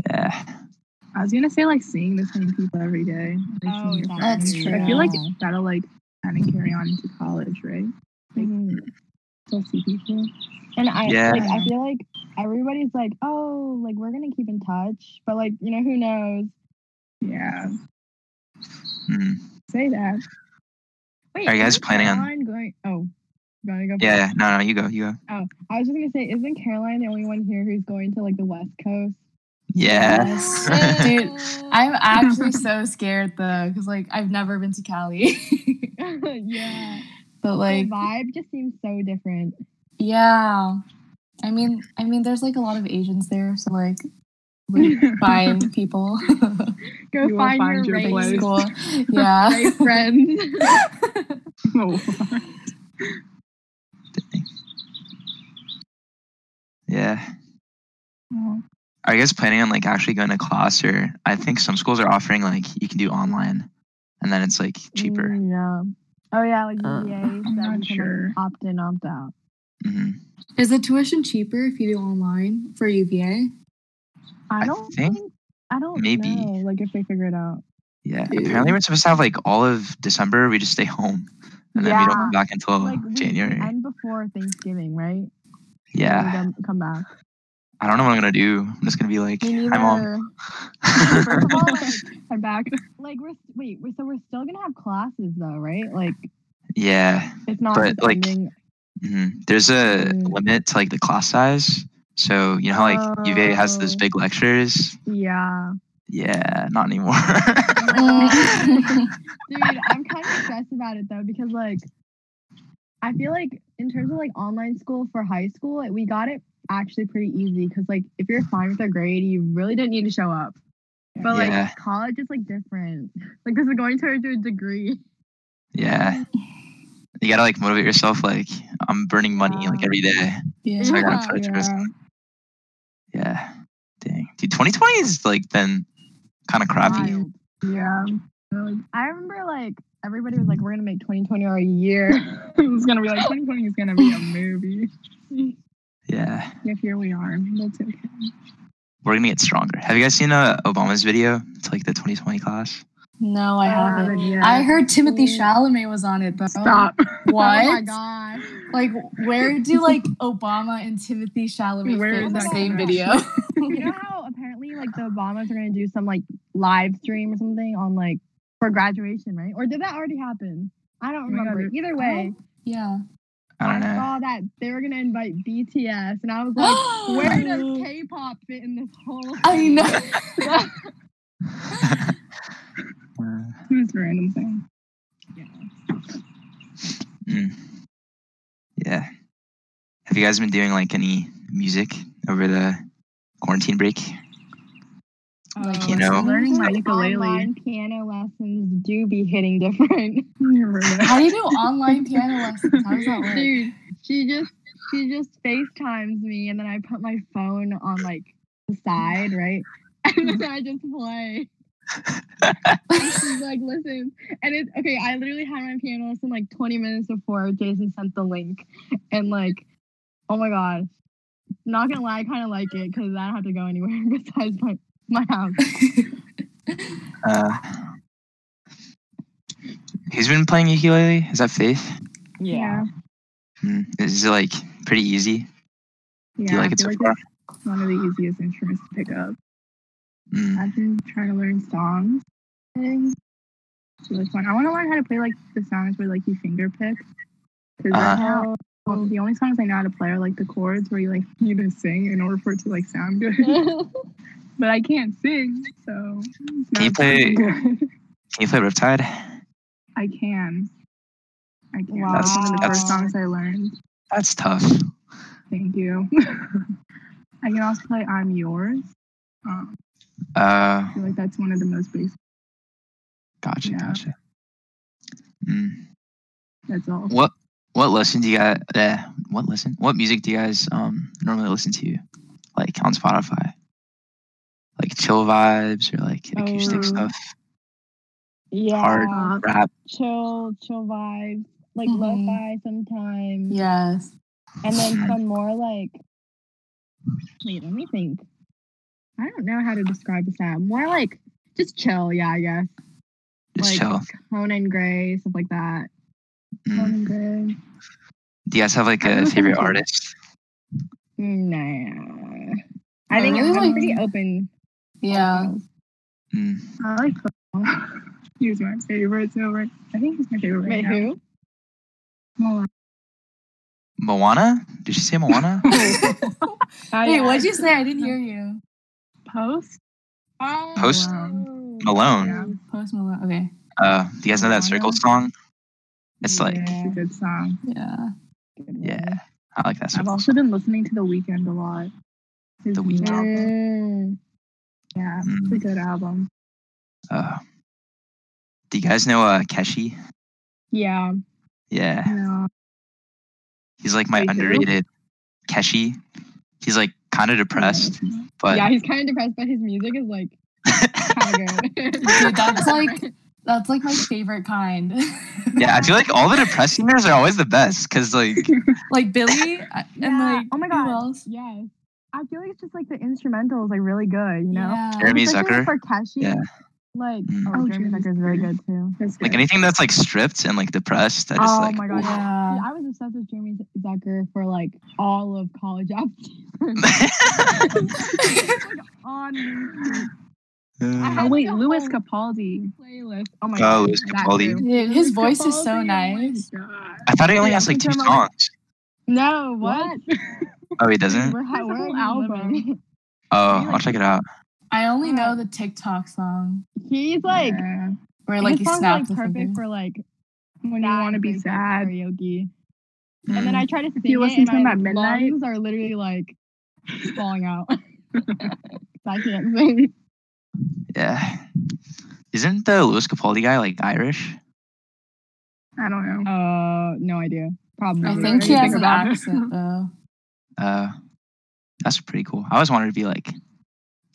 Speaker 1: Yeah.
Speaker 4: I was gonna say like seeing the same people every day. Like,
Speaker 3: Oh,
Speaker 4: seeing your
Speaker 3: yeah.
Speaker 2: That's
Speaker 4: friends.
Speaker 2: true.
Speaker 4: I feel like that'll like kind of carry on into college, right?
Speaker 3: Mm.
Speaker 4: Still see people.
Speaker 3: And I
Speaker 1: Yeah.
Speaker 3: like I feel like everybody's like, oh, like we're gonna keep in touch, but like you know who knows.
Speaker 4: Yeah.
Speaker 1: Mm.
Speaker 4: Say that.
Speaker 3: Wait,
Speaker 1: Are you guys
Speaker 3: isn't
Speaker 1: planning on-
Speaker 3: Caroline Going, oh, you wanna go?
Speaker 1: Yeah.
Speaker 3: first?
Speaker 1: yeah. No. No. You go. You go.
Speaker 3: Oh, I was just gonna say, isn't Caroline the only one here who's going to like the West
Speaker 1: Yeah.
Speaker 3: Coast?
Speaker 2: Yes.
Speaker 1: Yeah.
Speaker 2: Dude, I'm actually so scared though, because like I've never been to Cali.
Speaker 3: yeah.
Speaker 2: but like
Speaker 3: the vibe just seems so different.
Speaker 2: yeah. I mean I mean there's like a lot of Asians there, so like we find people.
Speaker 3: Go
Speaker 4: You will
Speaker 3: find,
Speaker 4: find
Speaker 3: your,
Speaker 4: your
Speaker 3: race,
Speaker 4: place.
Speaker 2: School. Yeah.
Speaker 3: race friends.
Speaker 4: Oh.
Speaker 1: Yeah. Are you guys planning on like actually going to class or? I think some schools are offering like you can do online, and then it's like cheaper.
Speaker 3: Yeah. Oh yeah, like
Speaker 2: Uh,
Speaker 3: UVA.
Speaker 4: I'm not sure.
Speaker 3: opt in, opt out. Mm.
Speaker 1: hmm
Speaker 2: Is the tuition cheaper if you do online for UVA?
Speaker 3: I
Speaker 1: I
Speaker 3: don't
Speaker 1: think
Speaker 3: think, I don't
Speaker 1: maybe.
Speaker 3: know, like if they figure it out.
Speaker 1: Yeah.
Speaker 2: Ew.
Speaker 1: Apparently, we're supposed to have like all of December. We just stay home, and then we don't come back until
Speaker 3: Like we
Speaker 1: Oh, January.
Speaker 3: end before Thanksgiving, right?
Speaker 1: yeah.
Speaker 3: And then come back.
Speaker 1: I don't know what I'm gonna do. I'm just gonna be like,
Speaker 3: Me
Speaker 1: "Hi, mom."
Speaker 3: neither. First of all, like,
Speaker 4: I'm back.
Speaker 3: like we're wait, we're, so we're still gonna have classes though, right? Like
Speaker 1: yeah.
Speaker 3: it's not
Speaker 1: But,
Speaker 3: just
Speaker 1: like,
Speaker 3: ending-
Speaker 1: Mhm. There's a
Speaker 3: Mm.
Speaker 1: limit to like the class size. So you know how like UVA has those
Speaker 3: Oh.
Speaker 1: big lectures.
Speaker 3: yeah.
Speaker 1: Yeah, not anymore.
Speaker 2: Mm.
Speaker 3: Dude, I'm kind of stressed about it though because like I feel like in terms of like online school for high school, like, we got it actually pretty easy because like if you're fine with a grade, you really didn't need to show up. But like
Speaker 1: Yeah.
Speaker 3: college is like different. Like this is going towards your degree.
Speaker 1: yeah. You gotta like motivate yourself. Like I'm burning money like
Speaker 3: Yeah.
Speaker 1: every day. So I
Speaker 2: yeah.
Speaker 1: gotta put it towards- Yeah. Dang. Dude, 2020 is like been kind of crappy.
Speaker 3: Wild.
Speaker 4: Yeah. Really.
Speaker 3: I remember like everybody was like, we're gonna make 2020 our year. Oh
Speaker 4: it's gonna be like 2020 is gonna be a movie.
Speaker 1: Yeah.
Speaker 4: Yeah, here we are. That's okay.
Speaker 1: We're gonna get stronger. Have you guys seen uh, Obama's video? It's like the 2020 class.
Speaker 2: No, I
Speaker 4: Oh,
Speaker 2: haven't.
Speaker 4: yet.
Speaker 2: I heard Timothy Chalamet was on it, but
Speaker 4: Stop.
Speaker 2: What?
Speaker 3: Oh my gosh.
Speaker 2: Like, where do like Obama and Timothy Chalamet
Speaker 4: Where
Speaker 2: fit
Speaker 4: is
Speaker 2: in the
Speaker 4: that
Speaker 2: same
Speaker 4: coming out?
Speaker 2: video?
Speaker 3: you know how apparently like the Obamas are gonna do some like live stream or something on like for graduation, right? Or did that already happen? I don't
Speaker 4: Oh my God,
Speaker 3: remember.
Speaker 4: it-
Speaker 3: Either way,
Speaker 2: yeah.
Speaker 1: I
Speaker 3: I
Speaker 1: don't know.
Speaker 3: saw that they were gonna invite BTS, and I was like, where does K-pop fit in this whole?
Speaker 2: I know.
Speaker 3: know.
Speaker 1: Uh,
Speaker 4: It's a random thing.
Speaker 1: yeah. Have you guys been doing like any music over the quarantine break?
Speaker 3: Oh,
Speaker 2: Like,
Speaker 1: You know.
Speaker 4: learning my ukulele.
Speaker 3: Online piano lessons do be hitting different.
Speaker 4: Never know.
Speaker 2: How do you do online piano lessons? How does that work?
Speaker 3: Dude, she just she just FaceTimes me and then I put my phone on like the side, right? And then I just play. And she's like, listen. And it's okay, I literally had my piano lesson like 20 minutes before Jason sent the link. And like, oh my god. Not gonna lie, I kinda like it because I don't have to go anywhere besides my my house.
Speaker 1: Uh, who's been playing ukulele? Is that Faith?
Speaker 4: Yeah.
Speaker 1: Mm, Is it like pretty easy? Do you
Speaker 4: Yeah,
Speaker 1: like
Speaker 4: I
Speaker 1: it so
Speaker 4: feel like
Speaker 1: far?
Speaker 4: it's one of the easiest instruments to pick up.
Speaker 1: Mm,
Speaker 4: I've been trying to learn songs.
Speaker 1: Uh,
Speaker 4: and It's really fun. I want to learn how to play like the songs where like you finger pick. Because right
Speaker 1: Uh-huh.
Speaker 4: now, well, the only songs I know how to play are like the chords where you like need to sing in order for it to like sound good. but I can't sing, so. it's
Speaker 1: Can you
Speaker 4: not
Speaker 1: play-
Speaker 4: good.
Speaker 1: Can you play Riptide?
Speaker 4: I can. I can.
Speaker 2: Wow.
Speaker 4: That's uh, one of the
Speaker 1: That's-
Speaker 4: first songs I learned.
Speaker 1: That's tough.
Speaker 4: Thank you. I can also play "I'm Yours." Um,
Speaker 1: Uh,
Speaker 4: I feel like that's one of the most basic.
Speaker 1: gotcha,
Speaker 4: Yeah.
Speaker 1: gotcha. Mm.
Speaker 4: That's all.
Speaker 1: What what lesson do you guys? Uh, what lesson? What music do you guys um normally listen to, like on Spotify? Like chill vibes or like acoustic
Speaker 3: Oh.
Speaker 1: stuff,
Speaker 3: yeah.
Speaker 1: Hard.
Speaker 4: Uh,
Speaker 1: rap.
Speaker 3: Chill, chill vibes. Like
Speaker 2: Mhm.
Speaker 4: Mm-hmm.
Speaker 3: lo-fi sometimes.
Speaker 2: Yes.
Speaker 3: And then some more like, wait, let me think. I don't know how to describe this app. More like just chill, yeah, I guess.
Speaker 1: Just
Speaker 3: like
Speaker 1: chill.
Speaker 3: Conan Gray, stuff like that.
Speaker 1: Mm.
Speaker 4: Conan Gray.
Speaker 1: Do you guys have like
Speaker 4: I
Speaker 1: a
Speaker 4: listen
Speaker 1: favorite
Speaker 4: to-
Speaker 1: artist?
Speaker 3: Nah. I think
Speaker 2: really
Speaker 3: I'm
Speaker 2: like-
Speaker 3: pretty open.
Speaker 2: Yeah.
Speaker 1: Mm.
Speaker 4: I like football. he was my favorite. So right, I think he's my favorite right
Speaker 3: Wait,
Speaker 4: now.
Speaker 3: who? Oh,
Speaker 4: Hold on.
Speaker 1: Moana? Did she say Moana?
Speaker 3: uh,
Speaker 2: Wait, what'd you say? I didn't hear you.
Speaker 4: Post?
Speaker 3: Oh,
Speaker 1: Post Oh,
Speaker 3: wow.
Speaker 1: Malone.
Speaker 4: Yeah.
Speaker 3: Um,
Speaker 2: Post Malone. Okay.
Speaker 1: Uh, do you guys know that circle song? It's like
Speaker 3: Yeah.
Speaker 4: It's a good song.
Speaker 2: Yeah.
Speaker 3: Good one.
Speaker 1: yeah, I like that
Speaker 4: I've
Speaker 1: circle.
Speaker 4: also been listening to The Weeknd a lot. His
Speaker 1: The
Speaker 4: new
Speaker 1: Weeknd.
Speaker 4: album.
Speaker 3: Mm.
Speaker 4: Yeah, it's a
Speaker 1: Mm.
Speaker 4: good album.
Speaker 1: Uh, do you guys know uh Keshi?
Speaker 3: Yeah.
Speaker 1: Yeah,
Speaker 3: Mm-hmm.
Speaker 4: No,
Speaker 1: he's like my
Speaker 4: Wait, who?
Speaker 1: underrated Keshi. He's like kind of depressed, but
Speaker 3: Mm-hmm. yeah, he's kind of depressed, but his music is like kind of good.
Speaker 2: Dude, that's like that's like my favorite kind.
Speaker 1: Yeah, I feel like all the depressed singers are always the best because like
Speaker 2: like Billy I- and
Speaker 3: Yeah.
Speaker 2: like
Speaker 3: Oh my
Speaker 2: who
Speaker 3: God.
Speaker 2: else?
Speaker 3: Yes. I feel like it's just like the instrumental is like really good, you know?
Speaker 2: Yeah.
Speaker 1: Jeremy
Speaker 3: Especially
Speaker 1: Zucker.
Speaker 3: For Keshi.
Speaker 1: Yeah.
Speaker 3: Like,
Speaker 1: Mm.
Speaker 3: oh,
Speaker 4: Oh,
Speaker 3: Jeremy
Speaker 4: Jeremy
Speaker 3: Zucker is really good too.
Speaker 4: that's good.
Speaker 1: like anything that's like stripped and like depressed. I just
Speaker 3: oh
Speaker 1: like
Speaker 3: my god.
Speaker 1: oof.
Speaker 2: Yeah.
Speaker 3: Dude, I was obsessed with Jeremy Zucker for like all of college apps. on repeat. I
Speaker 1: Uh,
Speaker 4: Oh,
Speaker 3: had,
Speaker 4: wait,
Speaker 3: like, a
Speaker 4: Louis
Speaker 3: whole
Speaker 4: Capaldi.
Speaker 3: playlist. Oh
Speaker 1: Oh,
Speaker 3: my god.
Speaker 1: Louis
Speaker 3: that
Speaker 1: Capaldi.
Speaker 3: too.
Speaker 2: Dude, his voice is so
Speaker 4: Capaldi,
Speaker 2: nice.
Speaker 4: Oh my God.
Speaker 1: I thought he only
Speaker 4: Yeah,
Speaker 1: has like two
Speaker 4: you're talking about,
Speaker 1: songs.
Speaker 3: No, what?
Speaker 1: Oh, he doesn't.
Speaker 3: We're ha-
Speaker 4: There's a
Speaker 3: we're
Speaker 4: whole
Speaker 3: album.
Speaker 4: album.
Speaker 1: Oh,
Speaker 4: Yeah.
Speaker 1: I'll check it out.
Speaker 2: I only
Speaker 3: Yeah.
Speaker 2: know the TikTok song
Speaker 3: He's like,
Speaker 4: Yeah.
Speaker 2: where like
Speaker 3: his
Speaker 2: he
Speaker 3: song's
Speaker 2: snapped
Speaker 3: like
Speaker 2: the finger.
Speaker 3: perfect for like
Speaker 4: when you want to be sad.
Speaker 3: karaoke.
Speaker 1: Mm.
Speaker 3: And then I try to sing
Speaker 4: you
Speaker 3: it,
Speaker 4: listen to
Speaker 3: and
Speaker 4: him
Speaker 3: my
Speaker 4: at midnight-
Speaker 3: lungs are literally like falling out. I can't sing.
Speaker 1: Yeah, isn't the Louis Capaldi guy like Irish?
Speaker 4: I don't know.
Speaker 3: Uh, no idea. Probably.
Speaker 2: I
Speaker 4: Yeah.
Speaker 2: think he
Speaker 4: Anything
Speaker 2: has an
Speaker 4: about it.
Speaker 2: accent though.
Speaker 1: Uh, that's pretty cool. I always wanted to be like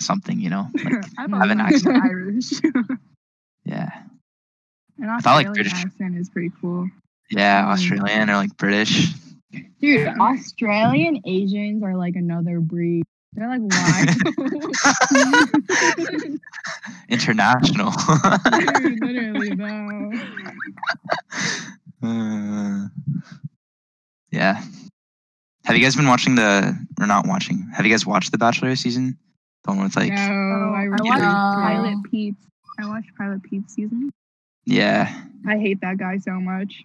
Speaker 1: something, you know? Like,
Speaker 4: I
Speaker 2: have
Speaker 1: an
Speaker 3: accent.
Speaker 4: Irish.
Speaker 1: yeah,
Speaker 4: An
Speaker 1: thought, like,
Speaker 4: Australian Mm-hmm.
Speaker 1: British-
Speaker 4: accent is pretty cool.
Speaker 1: yeah,
Speaker 2: Mm.
Speaker 1: Australian or like British.
Speaker 3: Dude, Australian Asians are like another breed. They're like, why?
Speaker 1: International.
Speaker 3: Dude, literally, though.
Speaker 1: Uh, yeah. Have you guys been watching the or not watching? Have you guys watched the Bachelor season? The one with like
Speaker 3: no,
Speaker 1: yeah.
Speaker 3: I,
Speaker 4: oh, I
Speaker 3: really
Speaker 4: watched
Speaker 2: No.
Speaker 4: Pilot Pete's. I watched Pilot Pete's season.
Speaker 3: I hate that guy so much.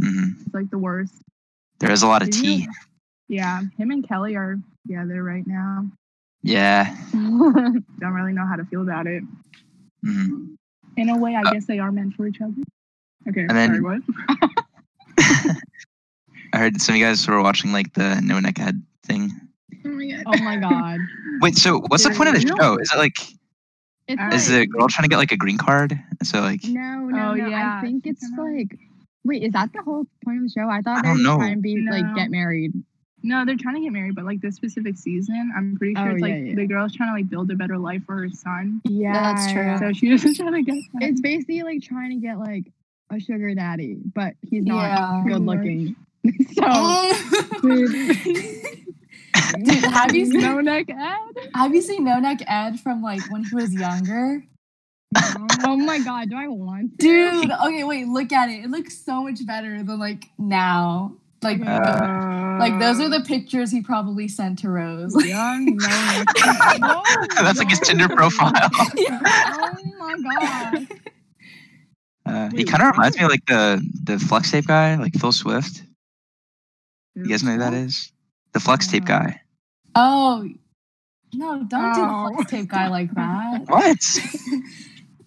Speaker 1: mhm.
Speaker 4: It's like the worst.
Speaker 1: There is a lot of
Speaker 4: Did you-
Speaker 1: tea.
Speaker 4: Yeah, him and Kelly are together right now.
Speaker 1: Yeah.
Speaker 3: Oh
Speaker 4: Don't really know how to feel about it.
Speaker 1: mhm.
Speaker 4: In a way, I
Speaker 1: Uh,
Speaker 4: guess they are meant for each other. Okay,
Speaker 1: And then-
Speaker 4: sorry, what?
Speaker 1: I heard some of you guys were watching like the no neck head thing.
Speaker 4: Oh my god.
Speaker 3: Oh my god.
Speaker 1: Wait, so what's the point of the
Speaker 4: No.
Speaker 1: show? Is it like
Speaker 3: It's
Speaker 4: Uh,
Speaker 1: is the girl trying to get like a green card? And so like
Speaker 3: No, no,
Speaker 4: Oh,
Speaker 3: no.
Speaker 4: yeah.
Speaker 3: I think it's
Speaker 4: Uh-huh.
Speaker 3: like, wait, is that the whole point of the show? I
Speaker 1: I
Speaker 3: thought they
Speaker 1: don't
Speaker 3: were
Speaker 1: know.
Speaker 3: trying to be
Speaker 4: No.
Speaker 3: like get married.
Speaker 4: No, they're trying to get married, but like this specific season, I'm pretty sure
Speaker 3: Oh,
Speaker 4: it's like
Speaker 3: yeah, yeah.
Speaker 4: the girl's trying to like build a better life for her son.
Speaker 3: Yeah,
Speaker 2: that's true. Yeah.
Speaker 4: So she doesn't try to get that.
Speaker 3: It's basically like trying to get like a sugar daddy, but he's not
Speaker 2: Yeah.
Speaker 3: good looking. so
Speaker 2: Dude, have you seen
Speaker 4: no neck ad.
Speaker 2: have you seen No Neck Ed from like when he was younger?
Speaker 3: oh my god, do I want to?
Speaker 2: Dude, okay, wait, look at it. It looks so much better than like now. Like
Speaker 1: Uh,
Speaker 2: like those are the pictures he probably sent to Rose.
Speaker 4: young no neck
Speaker 3: No,
Speaker 1: that's like his Tinder profile.
Speaker 3: oh my god.
Speaker 1: Uh, he
Speaker 4: Wait,
Speaker 1: kind of
Speaker 4: what?
Speaker 1: reminds me of like the the flex tape guy, like Phil Swift. You guys know who that is? The flex tape
Speaker 3: No.
Speaker 1: guy.
Speaker 2: Oh no, don't
Speaker 4: Oh.
Speaker 2: do the flex tape guy like that.
Speaker 1: What?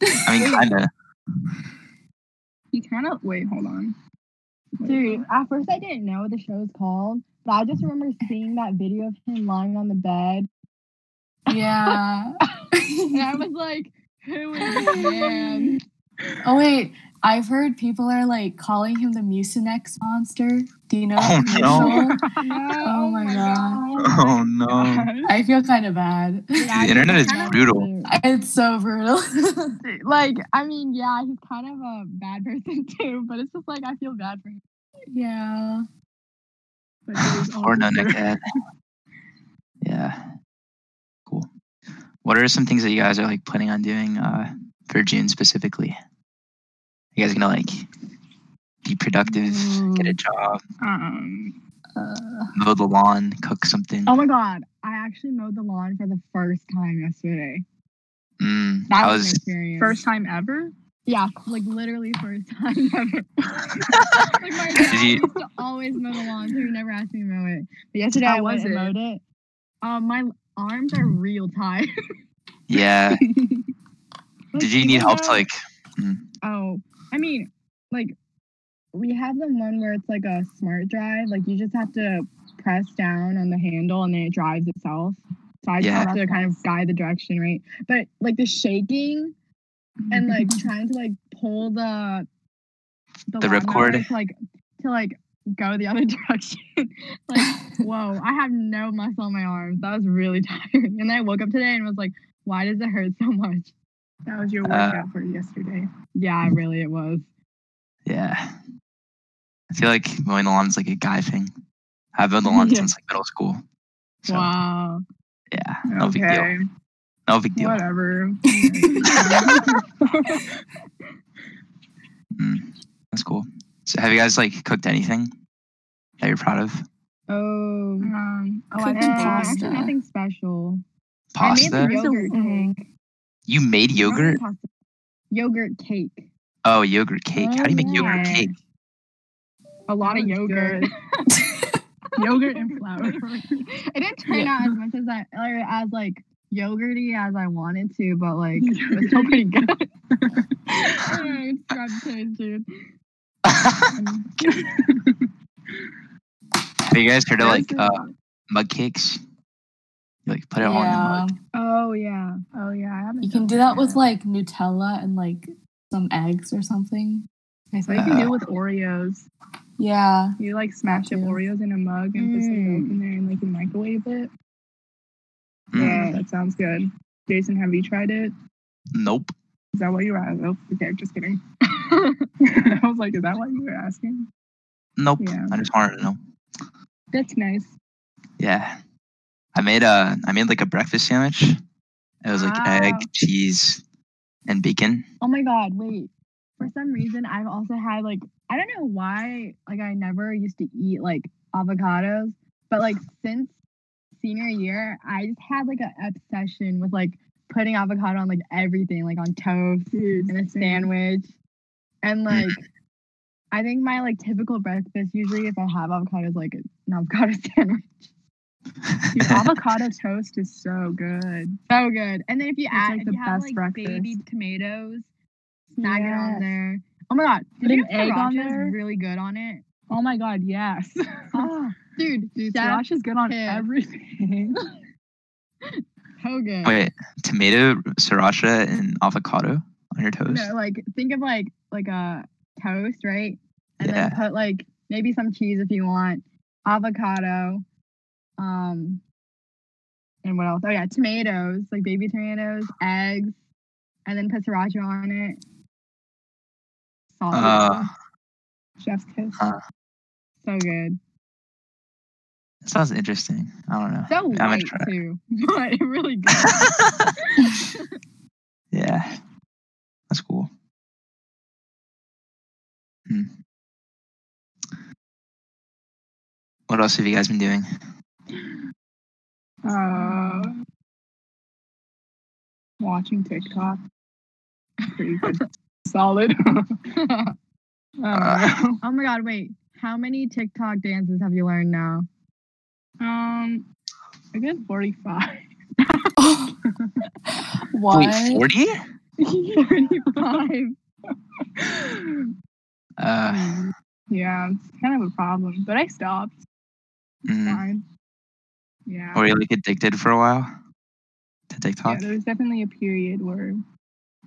Speaker 1: I mean, kind of.
Speaker 4: He kind of wait, hold on.
Speaker 3: Dude, at first I didn't know what the show was called, but I just remember seeing that video of him lying on the bed.
Speaker 2: Yeah.
Speaker 3: And I was like, who is this man?
Speaker 2: oh wait, I've heard people are like calling him the Mucinex monster. Do you know?
Speaker 1: Oh,
Speaker 2: that
Speaker 1: no.
Speaker 2: commercial?
Speaker 3: No,
Speaker 2: Oh my God.
Speaker 1: Oh no.
Speaker 2: I feel kind of bad.
Speaker 1: The internet is brutal.
Speaker 2: It's so brutal.
Speaker 3: Like, I mean, yeah, he's kind of a bad person too, but it's just like I feel bad for him.
Speaker 2: yeah.
Speaker 4: But it was all
Speaker 1: Or no
Speaker 4: over.
Speaker 1: neck head. Yeah. Cool. What are some things that you guys are like planning on doing uh, for June specifically? You guys gonna like be productive, get a job,
Speaker 4: Um,
Speaker 2: Uh,
Speaker 1: mow the lawn, cook something?
Speaker 3: Oh my god, I actually mowed the lawn for the first time yesterday.
Speaker 1: Mm,
Speaker 3: That
Speaker 1: I
Speaker 3: was, an
Speaker 1: was
Speaker 3: experience.
Speaker 4: first time ever.
Speaker 3: yeah, like literally first time ever. like my
Speaker 1: Did
Speaker 3: dad
Speaker 1: you-
Speaker 3: used to always mow the lawn, so he never asked me to mow it. But yesterday
Speaker 4: How
Speaker 3: I went
Speaker 4: was
Speaker 3: and
Speaker 4: it?
Speaker 3: mowed it. Um, my arms are real tired.
Speaker 1: yeah.
Speaker 3: Like,
Speaker 1: Did you need
Speaker 3: even
Speaker 1: help to
Speaker 3: though-
Speaker 1: like?
Speaker 3: Oh, I mean, like we have the one where it's like a smart drive. Like you just have to press down on the handle and then it drives itself. So I just
Speaker 1: Yeah.
Speaker 3: have to kind of guide the direction, right? But like the shaking and like trying to like pull the
Speaker 1: The
Speaker 3: lawnmower
Speaker 1: ripcord?
Speaker 3: to, like to like go the other direction. like whoa, I have no muscle on my arms. That was really tiring. And I woke up today and was like, why does it hurt so much?
Speaker 4: That was your
Speaker 1: Uh,
Speaker 4: workout for yesterday.
Speaker 3: Yeah, really, it was.
Speaker 1: Yeah. I feel like mowing the lawn is like a guy thing. I've mowed the lawn
Speaker 3: Yeah.
Speaker 1: since like middle school. So
Speaker 3: Wow.
Speaker 1: yeah, no big deal.
Speaker 4: Okay,
Speaker 1: No big deal.
Speaker 4: Whatever.
Speaker 1: Mm, that's cool. So have you guys like cooked anything that you're proud of?
Speaker 3: Oh,
Speaker 4: um, oh, I
Speaker 2: Cooking
Speaker 4: think
Speaker 3: uh,
Speaker 2: pasta.
Speaker 3: actually nothing special. I
Speaker 1: Pasta?
Speaker 3: made the yogurt
Speaker 2: Mhm.
Speaker 3: cake.
Speaker 1: You made yogurt?
Speaker 3: Not pasta. Yogurt cake.
Speaker 1: Oh, yogurt cake. How do you make yogurt
Speaker 3: Yeah.
Speaker 1: cake?
Speaker 4: a lot of
Speaker 3: That was
Speaker 4: yogurt, yogurt and flour.
Speaker 3: it didn't turn out as much as I or as like yogurty as I wanted to, but like it was still pretty good. I don't know, it's rough taste, dude.
Speaker 1: have you guys heard of like
Speaker 4: That's
Speaker 1: uh,
Speaker 4: it.
Speaker 1: mug cakes? You like put it on the mug.
Speaker 4: oh yeah, oh yeah. I haven't
Speaker 2: You can
Speaker 4: done
Speaker 2: do that
Speaker 4: yet.
Speaker 2: with like Nutella and like some eggs or something. I
Speaker 4: Or you
Speaker 2: think.
Speaker 4: can do
Speaker 1: Uh,
Speaker 4: it with Oreos.
Speaker 2: Yeah.
Speaker 4: You like smash up
Speaker 2: too.
Speaker 4: Oreos in a mug and put some milk in there and like you microwave it.
Speaker 1: Mm,
Speaker 4: Yeah, that sounds good. Jason, have you tried it?
Speaker 1: Nope.
Speaker 4: Is that what you were asking? Oh, okay, just kidding. I was like, is that what you were asking?
Speaker 1: Nope.
Speaker 4: Yeah.
Speaker 1: I just wanted to know.
Speaker 4: That's nice.
Speaker 1: Yeah. I made a I made like a breakfast sandwich. It was like
Speaker 3: Wow.
Speaker 1: egg, cheese, and bacon.
Speaker 3: Oh my god, wait. For some reason I've also had like I don't know why like I never used to eat like avocados, but like since senior year, I just had like an obsession with like putting avocado on like everything, like on toast
Speaker 4: Dude,
Speaker 3: and a sandwich. And like I think my like typical breakfast usually if I have avocado is like an avocado sandwich.
Speaker 4: Dude, avocado toast is so good.
Speaker 3: So good. And then if you
Speaker 4: It's,
Speaker 3: add
Speaker 4: like,
Speaker 3: if
Speaker 4: the
Speaker 3: you have
Speaker 4: best
Speaker 3: like
Speaker 4: breakfast.
Speaker 3: baby tomatoes, snag it
Speaker 4: Yes.
Speaker 3: on there. Oh my god,
Speaker 4: Put
Speaker 3: did you
Speaker 4: an
Speaker 3: know
Speaker 4: egg on
Speaker 3: sriracha is
Speaker 4: there.
Speaker 3: Really good on it,
Speaker 4: Oh my god, yes.
Speaker 3: oh, dude.
Speaker 4: Dude,
Speaker 3: chef,
Speaker 4: sriracha is good on
Speaker 3: kiss.
Speaker 4: everything.
Speaker 3: so good.
Speaker 1: Wait, tomato, sriracha, and avocado on your toast?
Speaker 3: No, like think of like like a toast, right? And then
Speaker 1: Yeah.
Speaker 3: put like maybe some cheese if you want, avocado, um, and what else? Oh yeah, tomatoes, like baby tomatoes, eggs, and then put sriracha on it. Salt,
Speaker 1: Uh,
Speaker 4: Chef's kiss.
Speaker 3: so good.
Speaker 1: that sounds interesting. I don't know.
Speaker 3: So
Speaker 1: I'm gonna
Speaker 3: light
Speaker 1: try.
Speaker 3: too, but really good.
Speaker 1: yeah, that's cool. Hmm. What else have you guys been doing?
Speaker 4: Uh,
Speaker 3: Mm.
Speaker 4: watching TikTok. Pretty good. Solid. uh,
Speaker 3: Oh my god, wait. How many TikTok dances have you learned now?
Speaker 4: um, I guess 45.
Speaker 2: what?
Speaker 1: Wait, forty?
Speaker 3: 45.
Speaker 1: Uh,
Speaker 4: yeah, it's kind of a problem, but I stopped. Oh
Speaker 1: mm, Oh,
Speaker 4: Fine. Yeah.
Speaker 1: were you like addicted for a while to
Speaker 4: yeah,
Speaker 1: TikTok?
Speaker 4: there was definitely a period where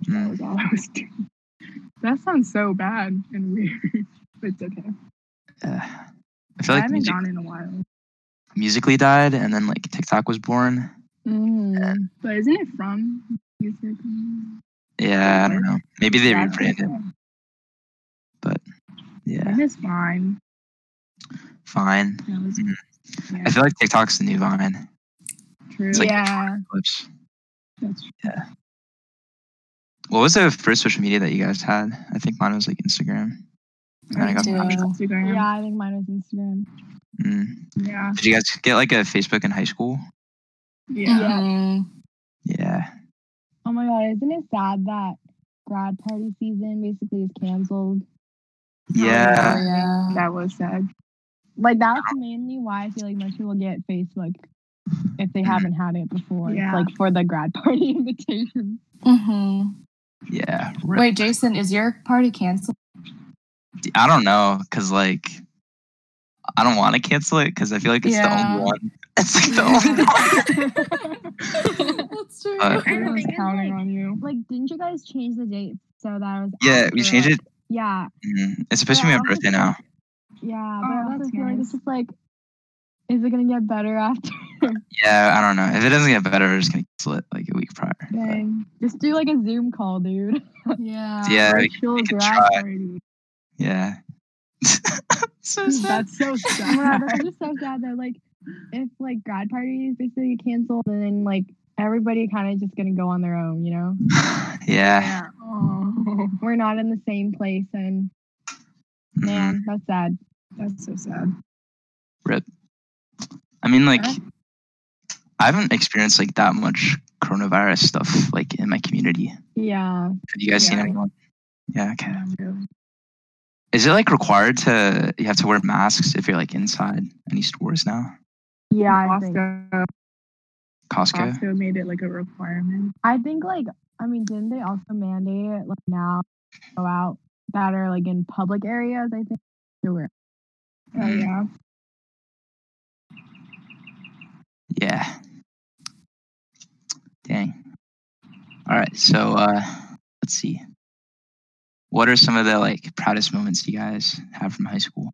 Speaker 4: that
Speaker 1: Mm,
Speaker 4: was all I was doing. That sounds so bad and weird, but it's okay.
Speaker 1: yeah. I
Speaker 4: I
Speaker 1: feel like
Speaker 4: haven't
Speaker 1: music,
Speaker 4: gone in a while.
Speaker 1: musically died, and then like TikTok was born.
Speaker 3: Mm.
Speaker 4: But isn't it from music?
Speaker 1: Yeah, I don't know. Maybe they
Speaker 4: Yeah, I
Speaker 1: rebranded,
Speaker 4: think so.
Speaker 1: Yeah,
Speaker 4: It is fine.
Speaker 1: fine.
Speaker 4: That was
Speaker 1: Mhm.
Speaker 4: yeah,
Speaker 1: I feel like TikTok's the new Vine.
Speaker 4: true.
Speaker 1: like-
Speaker 3: yeah.
Speaker 1: Clips.
Speaker 4: That's true.
Speaker 1: What was the first social media that you guys had? I think mine was like Instagram. And then I got
Speaker 2: Me too.
Speaker 4: Instagram.
Speaker 3: Yeah, I think mine was Instagram.
Speaker 1: Mm.
Speaker 4: Yeah.
Speaker 1: Did you guys get like a Facebook in high school?
Speaker 4: Yeah.
Speaker 2: Mhm.
Speaker 1: Yeah.
Speaker 3: Oh my god, isn't it sad that grad party season basically is canceled?
Speaker 1: Yeah.
Speaker 2: Oh, yeah.
Speaker 4: That was sad.
Speaker 3: Like that's mainly why I feel like most people get Facebook if they haven't had it before.
Speaker 4: Yeah.
Speaker 3: It's like for the grad party invitation.
Speaker 2: hmm
Speaker 1: Yeah. Rip.
Speaker 2: Wait, Jason, is your party canceled?
Speaker 1: I don't know. Cause like, I don't want to cancel it because I feel like it's the
Speaker 2: Yeah.
Speaker 1: only one. It's like the only one.
Speaker 2: That's true.
Speaker 1: Oh, Uh,
Speaker 3: And the
Speaker 4: Everyone's
Speaker 3: thing is,
Speaker 4: counting
Speaker 3: like-
Speaker 4: on you.
Speaker 3: Like, didn't you guys change the date so that was
Speaker 1: Yeah. We changed it.
Speaker 3: Yeah,
Speaker 1: Mm. It's supposed to be
Speaker 3: Yeah,
Speaker 1: my
Speaker 3: I also
Speaker 1: birthday
Speaker 3: think-
Speaker 1: now.
Speaker 3: yeah. But
Speaker 4: Oh,
Speaker 3: I also
Speaker 4: that's
Speaker 3: feel like
Speaker 4: nice.
Speaker 3: it's just like, is it gonna get better after?
Speaker 1: Yeah. I don't know. If it doesn't get better, we're just going to cancel it like a week prior. But,
Speaker 4: Dang.
Speaker 3: Just do like a Zoom call, dude.
Speaker 2: yeah.
Speaker 1: yeah. we-
Speaker 4: Virtual
Speaker 1: we can
Speaker 4: grad
Speaker 1: try.
Speaker 4: party.
Speaker 1: yeah. so sad.
Speaker 4: That's
Speaker 3: Oh
Speaker 4: so
Speaker 3: my
Speaker 4: sad.
Speaker 3: god, that's just so sad though. Like, if like grad parties basically get canceled, and then like everybody kind of just gonna go on their own, you know?
Speaker 1: Mm-hmm. yeah.
Speaker 4: yeah. Oh,
Speaker 3: We're not in the same place, and
Speaker 1: Mhm.
Speaker 3: man, that's sad.
Speaker 4: that's so sad.
Speaker 1: I mean, like,
Speaker 4: Yeah.
Speaker 1: I haven't experienced like that much coronavirus stuff like in my community. Have
Speaker 3: Yeah,
Speaker 1: you guys seen
Speaker 4: Yeah.
Speaker 1: anyone? Yeah. Okay.
Speaker 4: Really.
Speaker 1: Is it like required to you have to wear masks if you're like inside any stores now?
Speaker 3: yeah. I think
Speaker 4: Costco,
Speaker 1: Costco.
Speaker 4: Costco made it like a requirement.
Speaker 3: I think like I mean, didn't they also mandate it like now go out that are like in public areas? I think. Sure.
Speaker 4: Oh yeah.
Speaker 1: Mm. Yeah. Dang. All right. So uh, let's see. What are some of the like proudest moments you guys have from high school?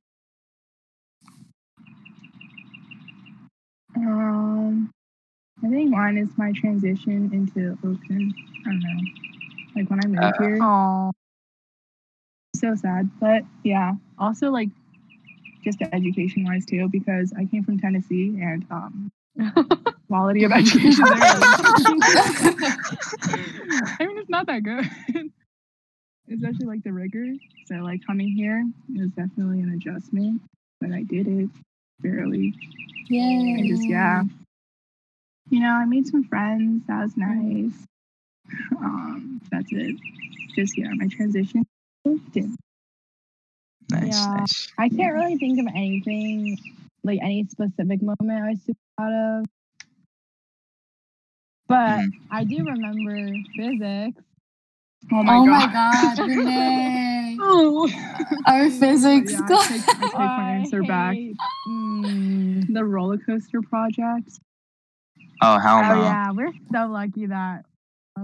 Speaker 4: Um, I think mine is my transition into Oakland. I don't know, like when I moved
Speaker 1: Uh,
Speaker 4: here.
Speaker 3: Oh,
Speaker 4: So sad, but yeah. Also, like just education wise too, because I came from Tennessee and um, Quality of education. there. I mean, it's not that good. Especially like the rigor. So like coming here it was definitely an adjustment, but I did it barely.
Speaker 2: Yeah.
Speaker 4: I just yeah.
Speaker 3: Mm.
Speaker 4: You know, I made some friends. That was nice. Um, that's it. Just yeah, my transition. didn't-
Speaker 1: Nice,
Speaker 3: Yeah.
Speaker 1: nice.
Speaker 3: I can't really think of anything, like any specific moment I was super proud of. But
Speaker 1: Mhm.
Speaker 3: I do remember physics.
Speaker 4: Oh my
Speaker 2: Oh my
Speaker 4: god.
Speaker 2: god, Renee.
Speaker 4: Oh.
Speaker 2: Our physics
Speaker 4: Yeah, I
Speaker 2: class.
Speaker 4: Oh take, I take my answer back.
Speaker 3: hate- Mm.
Speaker 4: The roller coaster project.
Speaker 1: Oh hell
Speaker 3: Oh
Speaker 1: no!
Speaker 3: yeah, we're so lucky that.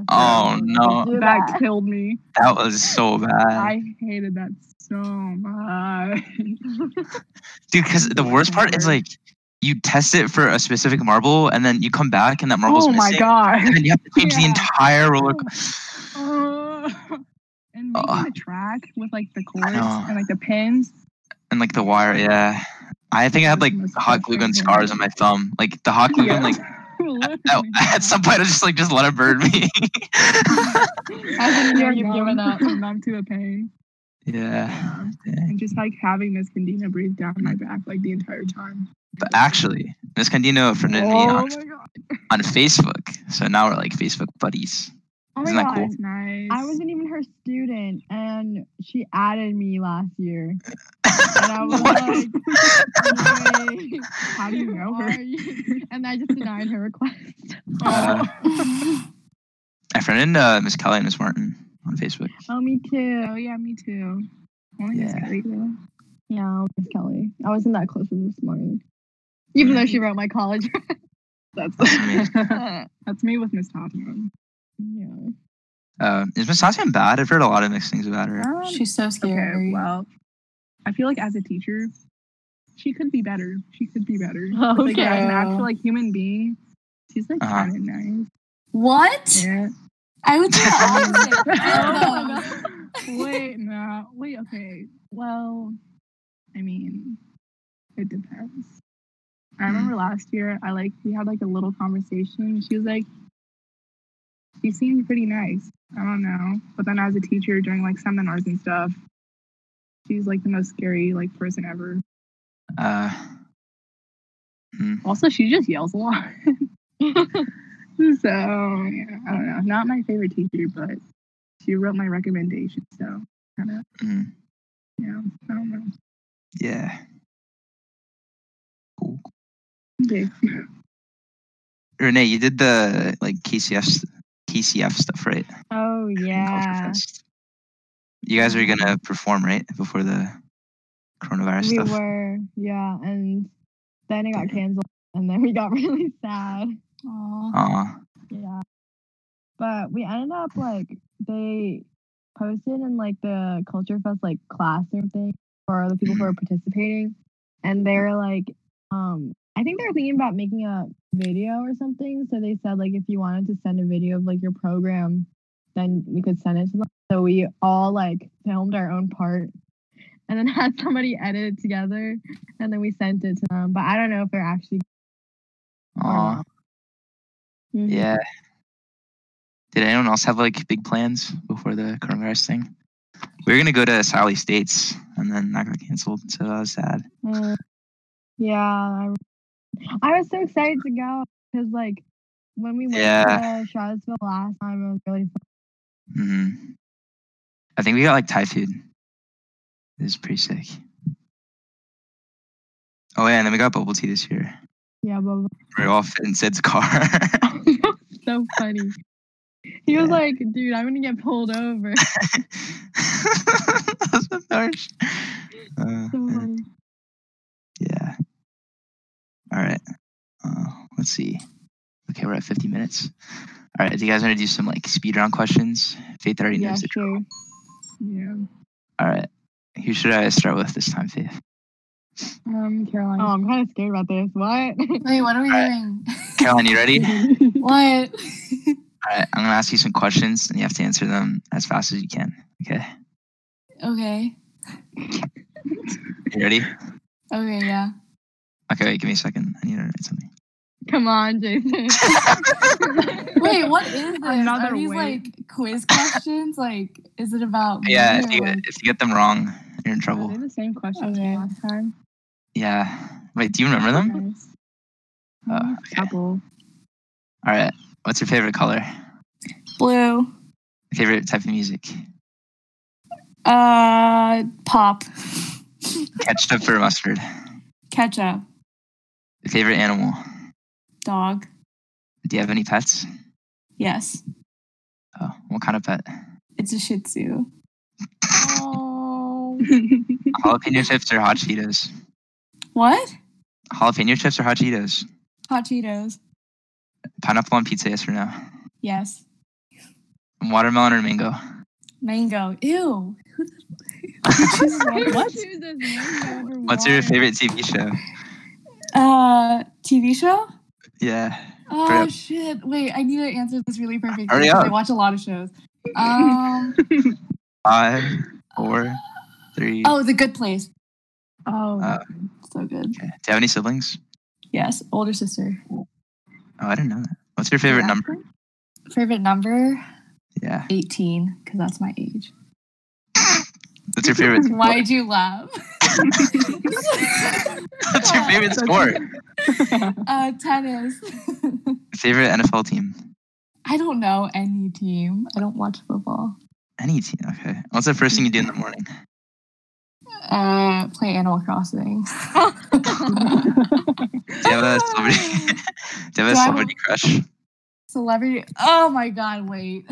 Speaker 1: Oh, no.
Speaker 3: Do
Speaker 4: That
Speaker 3: that.
Speaker 4: killed me.
Speaker 1: That was so bad,
Speaker 4: I hated that so much.
Speaker 1: dude. Because the worst part is like you test it for a specific marble, and then you come back and that marble's
Speaker 4: oh my
Speaker 1: missing,
Speaker 4: god.
Speaker 1: and then you have to change the
Speaker 4: Yeah.
Speaker 1: entire roller. co-
Speaker 4: Ugh. Oh. and making
Speaker 1: Ugh.
Speaker 4: the track with like the cords
Speaker 1: know.
Speaker 4: and like the pins.
Speaker 1: and like the wire. Yeah, I think I had like
Speaker 4: Most
Speaker 1: hot glue gun
Speaker 4: frustrating.
Speaker 1: scars on my thumb. Like the hot glue gun, like at, at some point, I just like just let it burn me.
Speaker 4: As in
Speaker 2: You're
Speaker 4: you're
Speaker 2: giving up.
Speaker 4: numb to the pain.
Speaker 1: yeah,
Speaker 4: Yeah.
Speaker 1: dang.
Speaker 4: And just like having Miss Condina breathe down my back like the entire time.
Speaker 1: But actually, Miss Candino friended me
Speaker 4: oh
Speaker 1: on,
Speaker 4: my god.
Speaker 1: on Facebook, so now we're like Facebook buddies.
Speaker 3: Oh
Speaker 1: Isn't
Speaker 3: my
Speaker 1: that
Speaker 3: god.
Speaker 1: cool?
Speaker 4: That's nice.
Speaker 3: I wasn't even her student, and she added me last year. And I was
Speaker 1: What?
Speaker 3: like, "Wait,
Speaker 4: How do you know
Speaker 3: who
Speaker 4: her?
Speaker 3: are you?" And I just denied her request.
Speaker 1: Uh, I friended uh, Miss Kelly and Miss Martin on Facebook.
Speaker 3: Oh, me
Speaker 4: Oh
Speaker 3: too.
Speaker 4: yeah, me too. Only Miss
Speaker 1: Yeah.
Speaker 4: Kelly, though.
Speaker 3: Yeah, Miss Kelly. I wasn't that close with this morning, even though she wrote my college.
Speaker 1: That's
Speaker 3: yeah.
Speaker 4: That's me with Miss Hoffman.
Speaker 1: Uh, is Miss Sassian bad? I've heard a lot of mixed things about
Speaker 3: Oh.
Speaker 1: her.
Speaker 4: Um,
Speaker 2: She's so
Speaker 4: okay,
Speaker 2: scary.
Speaker 4: well, I feel like as a teacher, she could be better. She could be better. But, Like,
Speaker 3: Okay.
Speaker 4: as an actual like human being, she's like
Speaker 1: Uh-huh.
Speaker 4: kind of nice.
Speaker 2: What?
Speaker 4: Yeah. Oh
Speaker 2: I would say the opposite. Kill those.
Speaker 4: wait, no, wait. Okay. Well, I mean, it depends. I remember last year, I like we had like a little conversation. She was like, "You seemed pretty nice." I don't know, but then as a teacher during like seminars and stuff, she's like the most scary like person ever.
Speaker 1: Uh,
Speaker 4: Also, she just yells a lot. so yeah, I don't know. Not my favorite teacher, but she wrote my recommendation, so kind of
Speaker 1: Mhm.
Speaker 4: yeah. I don't know.
Speaker 1: yeah. Cool.
Speaker 4: Okay.
Speaker 1: Renee, you did the like KCF st- KCF stuff, right?
Speaker 3: Oh
Speaker 1: Korean Culture
Speaker 3: yeah.
Speaker 1: Fest. You guys are gonna perform right before the coronavirus
Speaker 3: We
Speaker 1: stuff.
Speaker 3: were. Yeah, and then it got
Speaker 1: Yeah.
Speaker 3: canceled, and then we got really sad.
Speaker 2: Aw.
Speaker 1: Aw.
Speaker 3: Yeah. But we ended up like they posted in like the Culture Fest like classroom thing for the people who are participating. And they were like, um, I think they were thinking about making a video or something. So they said like if you wanted to send a video of like your program, then we could send it to them. So we all like filmed our own part and then had somebody edit it together and then we sent it to them. But I don't know if they're actually
Speaker 1: Aw.
Speaker 3: Mhm.
Speaker 1: Yeah. Did anyone else have like big plans before the coronavirus thing? We were gonna go to Sally States and then that got canceled, so that was sad.
Speaker 3: Uh, yeah, I, rem- I was so excited to go because like when we went
Speaker 1: Yeah.
Speaker 3: to Charlottesville last time, it was really fun.
Speaker 1: hmm I think we got like Thai food. It was pretty sick. Oh yeah, and then we got bubble tea this year.
Speaker 3: Yeah, but
Speaker 1: We all fit in Sid's car.
Speaker 3: so funny. He was
Speaker 1: Yeah.
Speaker 3: like, "Dude, I'm gonna get pulled over."
Speaker 1: that was so harsh. Uh,
Speaker 3: So
Speaker 1: yeah.
Speaker 3: funny.
Speaker 1: Yeah. All right. Uh, let's see. Okay, we're at 50 minutes. All right. Do you guys want to do some like speed round questions? Faith already
Speaker 3: Yeah,
Speaker 1: knows it.
Speaker 3: sure.
Speaker 4: Yeah.
Speaker 1: All right. Who should I start with this time, Faith?
Speaker 4: Um, Caroline.
Speaker 3: Oh, I'm kind of scared about this. What?
Speaker 2: Wait, what are we
Speaker 1: Alright.
Speaker 2: doing?
Speaker 1: Caroline, you ready? All
Speaker 2: What?
Speaker 1: right. I'm gonna ask you some questions, and you have to answer them as fast as you can. Okay.
Speaker 2: okay.
Speaker 1: You ready?
Speaker 2: Okay, yeah.
Speaker 1: Okay. Wait, give me a second. I need to write something.
Speaker 3: Come on, Jason.
Speaker 2: Wait, what is this?
Speaker 3: Another
Speaker 2: Are these
Speaker 3: way.
Speaker 2: like quiz questions? Like, is it about me
Speaker 1: Yeah, if
Speaker 2: or
Speaker 1: you,
Speaker 2: like-
Speaker 1: if you get them wrong, you're in
Speaker 4: Were
Speaker 1: trouble.
Speaker 4: they the same questions from
Speaker 2: Okay.
Speaker 4: last time?
Speaker 1: Yeah. Wait, do you remember them?
Speaker 4: Nice.
Speaker 1: Oh,
Speaker 4: Mm,
Speaker 1: okay.
Speaker 4: Couple.
Speaker 1: All right. What's your favorite color?
Speaker 2: blue?
Speaker 1: Favorite type of music?
Speaker 2: Uh, pop,
Speaker 1: Ketchup or mustard?
Speaker 2: ketchup,
Speaker 1: Favorite animal?
Speaker 2: dog.
Speaker 1: Do you have any pets?
Speaker 2: Yes,
Speaker 1: Oh, what kind of pet?
Speaker 2: it's a Shih Tzu.
Speaker 3: oh,
Speaker 1: Jalapeno chips or hot Cheetos?
Speaker 2: What?
Speaker 1: Jalapeno chips or hot Cheetos?
Speaker 2: Hot Cheetos.
Speaker 1: Pineapple on pizza, yes or no?
Speaker 2: Yes.
Speaker 1: Watermelon or mango?
Speaker 2: Mango. Ew. Who the- who chooses that? what?
Speaker 3: chooses mango over
Speaker 1: What's your
Speaker 3: water?
Speaker 1: favorite TV show?
Speaker 2: Uh, TV show?
Speaker 1: Yeah.
Speaker 2: Oh
Speaker 1: Hurry up.
Speaker 2: shit! Wait, I need to answer this really perfectly.
Speaker 1: Hurry
Speaker 2: 'cause I
Speaker 1: up.
Speaker 2: watch a lot of shows. Um.
Speaker 1: Five, four, three.
Speaker 2: oh, The Good Place.
Speaker 4: oh,
Speaker 1: Uh,
Speaker 2: So good.
Speaker 1: Okay. Do you have any siblings?
Speaker 2: Yes, older sister.
Speaker 1: Oh, I didn't know that. What's your favorite number?
Speaker 2: Favorite number?
Speaker 1: Yeah.
Speaker 2: 18, because that's my age.
Speaker 1: What's your favorite?
Speaker 2: Why'd you laugh?
Speaker 1: What's your favorite sport?
Speaker 2: uh, tennis.
Speaker 1: Favorite NFL team?
Speaker 2: I don't know any team. I don't watch football.
Speaker 1: Any team. Okay. What's the first thing you do in the morning?
Speaker 2: Uh, play Animal Crossing.
Speaker 1: Do you have a celebrity? do you have
Speaker 2: Do I have
Speaker 1: a
Speaker 2: a-
Speaker 1: celebrity crush?
Speaker 2: Celebrity. Oh my god, wait.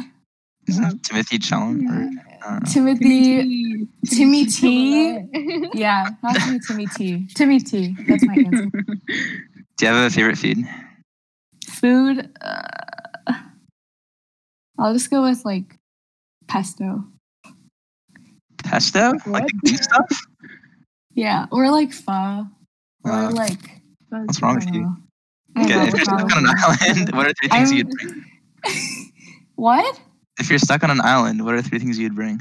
Speaker 1: Is it Timothy Challenge? Or, I don't know.
Speaker 2: Timothy. Timmy T.
Speaker 3: T.
Speaker 2: Yeah, not to be Timmy T. Timmy T. That's my answer.
Speaker 1: Do you have a favorite food?
Speaker 2: Food. Uh, I'll just go with like pesto.
Speaker 1: Pesto? Like the green stuff?
Speaker 2: Yeah, or like pho. Or
Speaker 1: Uh,
Speaker 2: like.
Speaker 1: What's wrong with
Speaker 2: I
Speaker 1: you?
Speaker 2: don't know. I don't
Speaker 1: Okay,
Speaker 2: know
Speaker 1: if you're
Speaker 2: what's wrong
Speaker 1: stuck
Speaker 2: with
Speaker 1: on an
Speaker 2: me.
Speaker 1: island, what are three things
Speaker 2: Um, I'm-
Speaker 1: you'd bring?
Speaker 2: What?
Speaker 1: If you're stuck on an island, what are three things you'd bring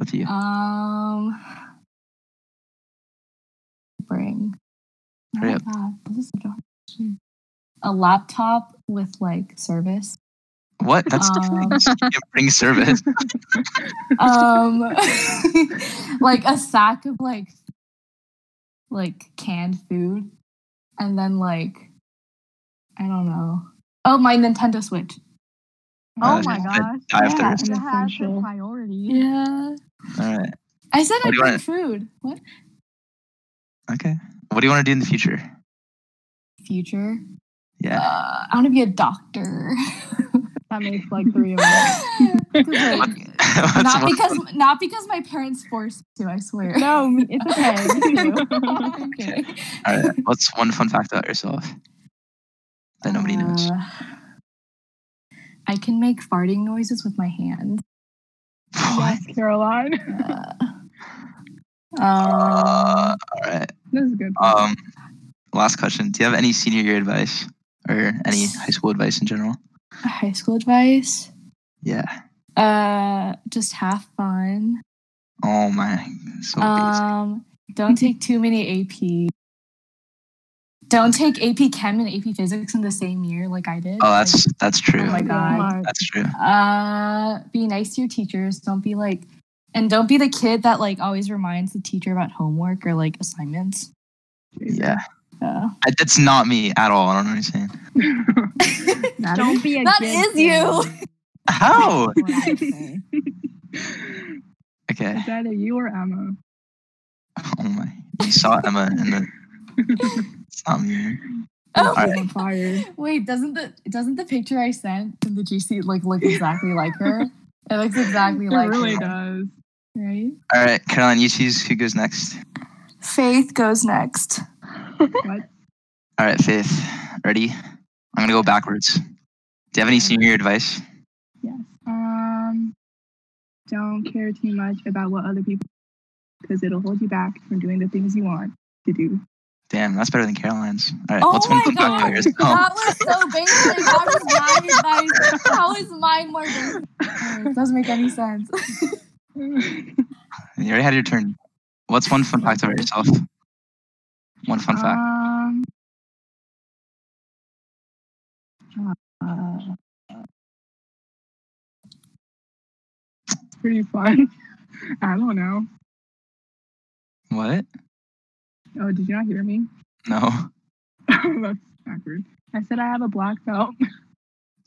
Speaker 1: with you?
Speaker 2: Um. Bring. Oh
Speaker 1: Hurry
Speaker 2: my
Speaker 1: up.
Speaker 2: god, this is such a hard question. A laptop with like service.
Speaker 1: What? That's
Speaker 2: Um,
Speaker 1: different. You can't bring service.
Speaker 2: um, like a sack of like like canned food, and then like I don't know. Oh, my Nintendo Switch.
Speaker 3: Oh
Speaker 1: Uh,
Speaker 3: my
Speaker 1: I
Speaker 3: gosh.
Speaker 1: die of
Speaker 2: yeah.
Speaker 1: thirst.
Speaker 3: That has a
Speaker 4: Essential.
Speaker 3: priority.
Speaker 2: Yeah.
Speaker 1: All right.
Speaker 2: I said
Speaker 1: What do you
Speaker 2: I bring
Speaker 1: want?
Speaker 2: food. What
Speaker 1: Okay. What do you want to do in the future?
Speaker 2: future?
Speaker 1: Yeah.
Speaker 2: Uh, I want to be a doctor.
Speaker 3: That makes like three of us.
Speaker 2: 'Cause, like,
Speaker 1: What's
Speaker 2: Uh, not
Speaker 1: one-
Speaker 2: because not because my parents forced to. I swear.
Speaker 3: No, it's okay.
Speaker 2: okay.
Speaker 1: All right. What's one fun fact about yourself that nobody knows?
Speaker 2: Uh, I can make farting noises with my hands.
Speaker 1: What?
Speaker 4: yes, Caroline.
Speaker 2: Uh,
Speaker 1: Uh,
Speaker 2: um,
Speaker 1: all right.
Speaker 4: This is good.
Speaker 1: Um, last question. Do you have any senior year advice or any high school advice in general?
Speaker 2: high school advice.
Speaker 1: Yeah.
Speaker 2: Uh, just have fun.
Speaker 1: Oh my. So basic.
Speaker 2: Um, don't take too many AP. Don't take AP Chem and AP Physics in the same year like I did.
Speaker 1: Oh, that's that's true.
Speaker 2: Like, oh my god.
Speaker 1: that's true.
Speaker 2: Uh, be nice to your teachers. Don't be like, and don't be the kid that like always reminds the teacher about homework or like assignments.
Speaker 1: Yeah.
Speaker 2: Uh,
Speaker 1: I- That's not me at all. I don't know what you're saying.
Speaker 4: That
Speaker 3: Don't be a
Speaker 2: That
Speaker 3: dick,
Speaker 2: is you.
Speaker 3: Jason.
Speaker 1: How?
Speaker 3: That's what I say.
Speaker 1: Okay.
Speaker 4: Is that a you or Emma?
Speaker 1: Oh my. You saw Emma in the. It's not me. man.
Speaker 2: Oh,
Speaker 1: All right.
Speaker 4: I'm fired.
Speaker 2: Wait, doesn't the doesn't the picture I sent in the GC like look exactly like her? It looks exactly
Speaker 4: It
Speaker 2: like
Speaker 4: really
Speaker 2: her,
Speaker 4: does.
Speaker 2: right?
Speaker 1: All right, Caroline, you choose who goes next.
Speaker 2: Faith goes next.
Speaker 4: What?
Speaker 1: All right, Faith. Ready? I'm gonna go backwards. Do you have any senior year advice?
Speaker 4: Yes. Um, don't care too much about what other people because it'll hold you back from doing the things you want to do.
Speaker 1: Damn, that's better than Caroline's. All right,
Speaker 2: Oh
Speaker 1: what's one
Speaker 2: my
Speaker 1: fun fact about
Speaker 2: God.
Speaker 1: yourself?
Speaker 2: That was so basic. How is mine advice? How is mine more basic? It doesn't make any sense.
Speaker 1: You already had your turn. What's one fun fact about yourself? One fun fact.
Speaker 4: Um, Uh, it's pretty fun. I don't know. Uh,
Speaker 1: What?
Speaker 4: Oh, did you not hear me?
Speaker 1: No.
Speaker 4: That's awkward. I said I have a black belt.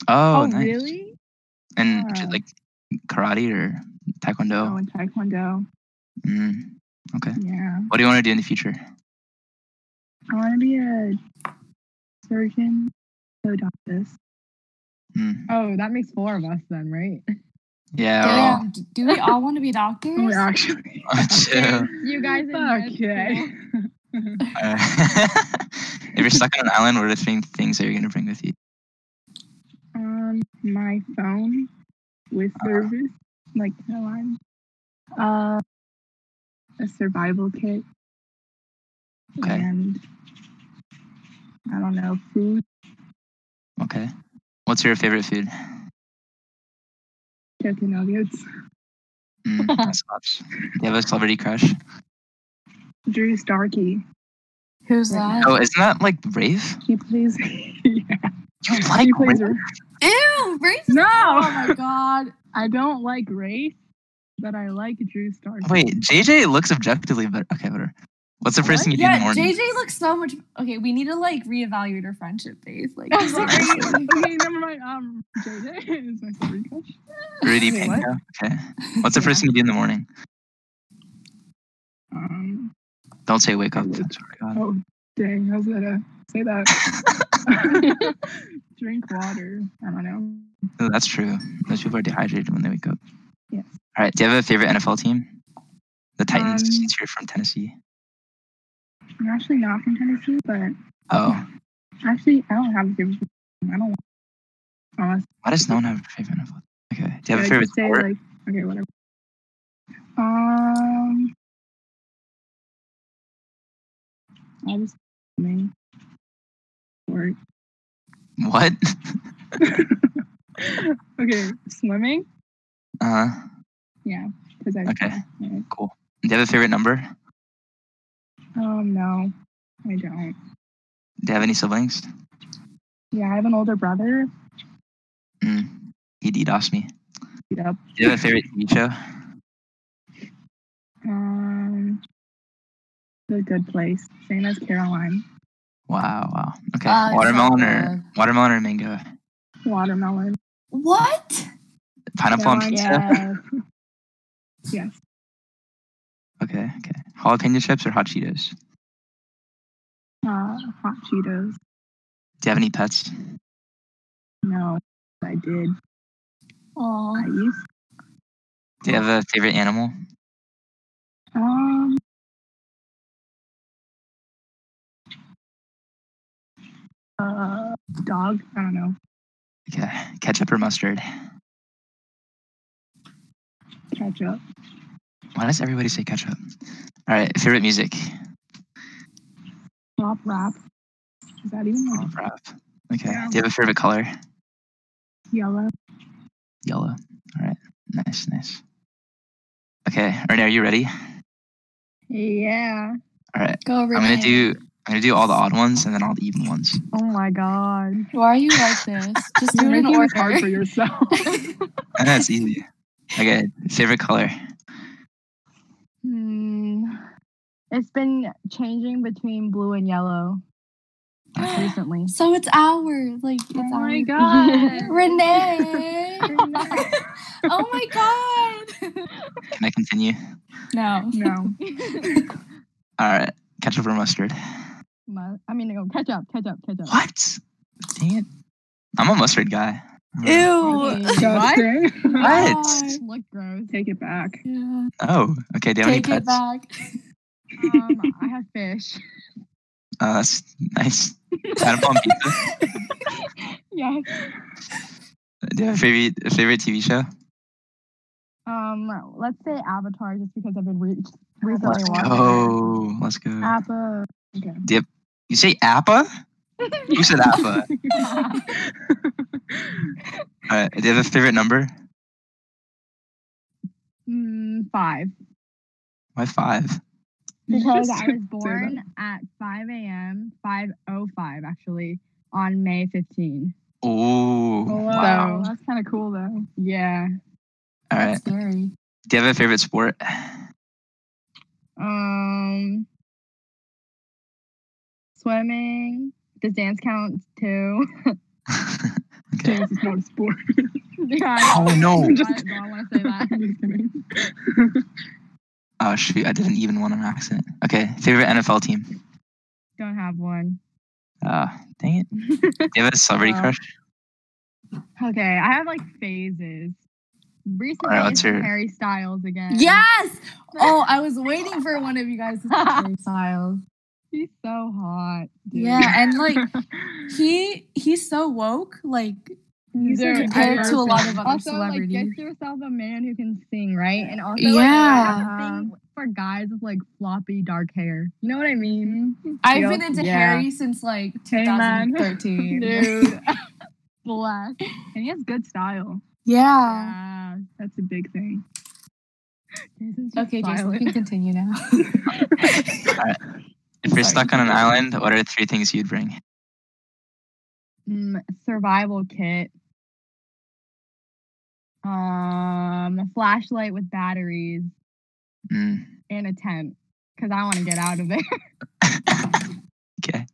Speaker 1: Oh, nice.
Speaker 3: really?
Speaker 1: And
Speaker 4: Yeah.
Speaker 1: like karate or
Speaker 4: Oh,
Speaker 1: taekwondo.
Speaker 4: in Taekwondo. Oh.
Speaker 1: Mm.
Speaker 4: Yeah.
Speaker 1: What do you want to do in the future?
Speaker 4: I want to be a surgeon, odontist.
Speaker 1: Mm.
Speaker 3: Oh, that makes four of us then, right?
Speaker 1: Yeah, we're all
Speaker 2: Damn, d- do we all want to be doctors?
Speaker 4: Oh, actually.
Speaker 1: chill.
Speaker 3: You guys in med
Speaker 4: Okay.
Speaker 3: school.
Speaker 1: Uh, if you're stuck on an island, what are the three things that you're gonna bring with you?
Speaker 4: Um, my phone with
Speaker 1: Uh-huh.
Speaker 4: service, like Caroline. Uh, a survival kit.
Speaker 1: Okay.
Speaker 4: And I don't know, food,
Speaker 1: Okay. What's your favorite food?
Speaker 4: chicken nuggets.
Speaker 1: Mm, that slaps. Do you have a celebrity crush?
Speaker 4: Drew Starkey.
Speaker 2: Who's
Speaker 4: Right
Speaker 2: that?
Speaker 1: Oh, isn't that like Rave?
Speaker 4: He plays. yeah.
Speaker 1: You like
Speaker 4: he plays.
Speaker 1: Rave?
Speaker 2: Ew, racist.
Speaker 4: No!
Speaker 2: Oh my god.
Speaker 4: I don't like race, but I like Drew Starkey.
Speaker 1: Wait, JJ looks objectively better. Okay, whatever. What's the first thing you do in
Speaker 2: Yeah,
Speaker 1: the morning?
Speaker 2: JJ looks so much. Okay, we need to like reevaluate our friendship phase. Like,
Speaker 4: Sorry. okay, never mind. Um, JJ is my celebrity crush.
Speaker 1: Rudy
Speaker 4: Wait,
Speaker 1: Pena. Okay. What's the first thing you do in the morning?
Speaker 4: Um,
Speaker 1: Don't say wake up.
Speaker 4: I wake-
Speaker 1: Sorry, God.
Speaker 4: Oh, dang. I was gonna say that. Drink water. I don't know.
Speaker 1: No, that's true. Most people are dehydrated when they wake up.
Speaker 4: Yes.
Speaker 1: All right. Do you have a favorite NFL team? The Titans,
Speaker 4: Um,
Speaker 1: since you're from Tennessee.
Speaker 4: I'm actually not from Tennessee, but
Speaker 1: Oh,
Speaker 4: actually, I don't have a favorite. team. I don't want. Unless
Speaker 1: why does no one have a favorite NFL? Okay. Do you have
Speaker 4: I
Speaker 1: a favorite
Speaker 4: just say
Speaker 1: sport?
Speaker 4: like okay, whatever. Um, I just mean sport.
Speaker 1: what?
Speaker 4: Okay, swimming.
Speaker 1: Uh,
Speaker 4: Yeah, because I
Speaker 1: Okay.
Speaker 4: Yeah.
Speaker 1: cool. Do you have a favorite number?
Speaker 4: Um, no, I don't.
Speaker 1: Do you have any siblings?
Speaker 4: Yeah, I have an older brother.
Speaker 1: Mm. He DDoS me.
Speaker 4: Yep.
Speaker 1: Do you have a favorite TV show?
Speaker 4: Um, the good place. Same as Caroline.
Speaker 1: Wow. Wow. Okay.
Speaker 2: Oh, it's so
Speaker 1: watermelon
Speaker 2: good.
Speaker 1: or watermelon or mango?
Speaker 4: Watermelon.
Speaker 2: what?
Speaker 1: Pineapple on pizza.
Speaker 4: Caroline, yes. yes.
Speaker 1: Okay. Okay. Jalapeno chips or hot Cheetos? Do
Speaker 4: Uh, hot Cheetos.
Speaker 1: you have any pets?
Speaker 4: No, I did. I
Speaker 2: Oh,
Speaker 4: used.
Speaker 1: Do you have a favorite animal?
Speaker 4: Um. Uh, dog. I don't know.
Speaker 1: Okay. Ketchup or mustard?
Speaker 4: Ketchup.
Speaker 1: Why does everybody say ketchup? All right, favorite music.
Speaker 4: Pop rap. Is that even
Speaker 1: Oh,
Speaker 4: like
Speaker 1: rap. Okay.
Speaker 4: Yeah.
Speaker 1: Do you have a favorite color?
Speaker 4: yellow?
Speaker 1: Yellow. All right. Nice, nice. Okay, Renee, are you ready?
Speaker 3: Yeah.
Speaker 1: All right.
Speaker 2: go Renee.
Speaker 1: I'm gonna do. I'm gonna do all the odd ones and then all the even ones.
Speaker 3: Oh my god.
Speaker 2: Why are you like this? Just do
Speaker 4: You're
Speaker 2: it in
Speaker 4: making this hard for
Speaker 2: order.
Speaker 4: yourself.
Speaker 1: And that's easy. Okay. Favorite color.
Speaker 3: Hmm. It's been changing between blue and yellow recently.
Speaker 2: so it's our like it's
Speaker 4: oh
Speaker 2: our
Speaker 4: my god.
Speaker 2: Renee. oh my god.
Speaker 1: Can I continue?
Speaker 2: No.
Speaker 4: no.
Speaker 1: All right. Ketchup or mustard?
Speaker 3: Mu- I mean, no, ketchup, ketchup, ketchup.
Speaker 1: What? Dang it! I'm a mustard guy. Uh,
Speaker 2: Ew.
Speaker 4: Justin.
Speaker 1: What?
Speaker 2: God.
Speaker 3: Look gross.
Speaker 4: Take it back.
Speaker 2: Yeah.
Speaker 1: Oh. Okay. Do you have
Speaker 2: Take
Speaker 1: any
Speaker 2: it
Speaker 1: pets? Uh,
Speaker 2: back.
Speaker 3: Um, I have fish.
Speaker 1: Uh, that's nice. Pineapple on pizza.
Speaker 4: Yes.
Speaker 1: Do you have a favorite a favorite TV show?
Speaker 3: Um, let's say Avatar, just because I've been re-
Speaker 1: Let's
Speaker 3: recently watching. it.
Speaker 1: go. Oh, Let's go.
Speaker 4: Appa. Okay.
Speaker 1: You say Appa? You said Appa. Alright, do you have a favorite number?
Speaker 4: Hmm,
Speaker 3: Mm, five.
Speaker 1: Why five?
Speaker 3: Because
Speaker 4: Yes.
Speaker 3: I was oh born at 5 a.m. 5:05 actually on May 15.
Speaker 1: Oh,
Speaker 4: Oh,
Speaker 1: wow.
Speaker 4: That's kind of cool though.
Speaker 3: Yeah.
Speaker 1: All right.
Speaker 2: That's scary.
Speaker 1: Do you have a favorite sport?
Speaker 3: Um, swimming. Does dance count too?
Speaker 1: okay.
Speaker 4: Dance is not a sport.
Speaker 3: yeah,
Speaker 1: Oh, no.
Speaker 3: I just don't want to say that.
Speaker 4: I'm just kidding.
Speaker 1: Oh, shoot. I did an even one on accident. Okay. Favorite NFL team?
Speaker 3: Don't have one.
Speaker 1: Uh, dang it. Do you have a celebrity
Speaker 3: Uh,
Speaker 1: crush?
Speaker 3: Okay, I have like phases. Recently,
Speaker 1: Alright, let's
Speaker 3: it's
Speaker 1: hear it.
Speaker 3: Harry Styles again.
Speaker 2: Yes. Oh, I was waiting for one of you guys to say Harry Styles.
Speaker 3: he's so hot. Dude.
Speaker 2: Yeah, and like he he's so woke. Like
Speaker 4: He's
Speaker 3: Dude,
Speaker 4: so
Speaker 2: compared
Speaker 3: I-
Speaker 2: to a lot of other
Speaker 3: also,
Speaker 2: celebrities.
Speaker 3: like, get yourself a man who can sing, right? And also, like, I have
Speaker 2: Yeah.
Speaker 3: a thing for guys with like floppy dark hair. You know what I mean?
Speaker 2: I've been into
Speaker 3: Yeah.
Speaker 2: Harry since like
Speaker 4: Hey, man.
Speaker 2: 2013.
Speaker 4: Dude.
Speaker 3: Bless.
Speaker 4: And he has good style.
Speaker 2: yeah.
Speaker 3: Yeah.
Speaker 4: That's a big thing.
Speaker 3: Jason's just
Speaker 2: Okay, Jason, you
Speaker 3: silent.
Speaker 2: can continue now.
Speaker 1: If you're
Speaker 2: sorry.
Speaker 1: stuck on an island, what are three things you'd bring?
Speaker 3: Mm, survival kit. Um, a flashlight with batteries
Speaker 1: Mm,
Speaker 3: and a tent because I want to get out of there.
Speaker 1: okay.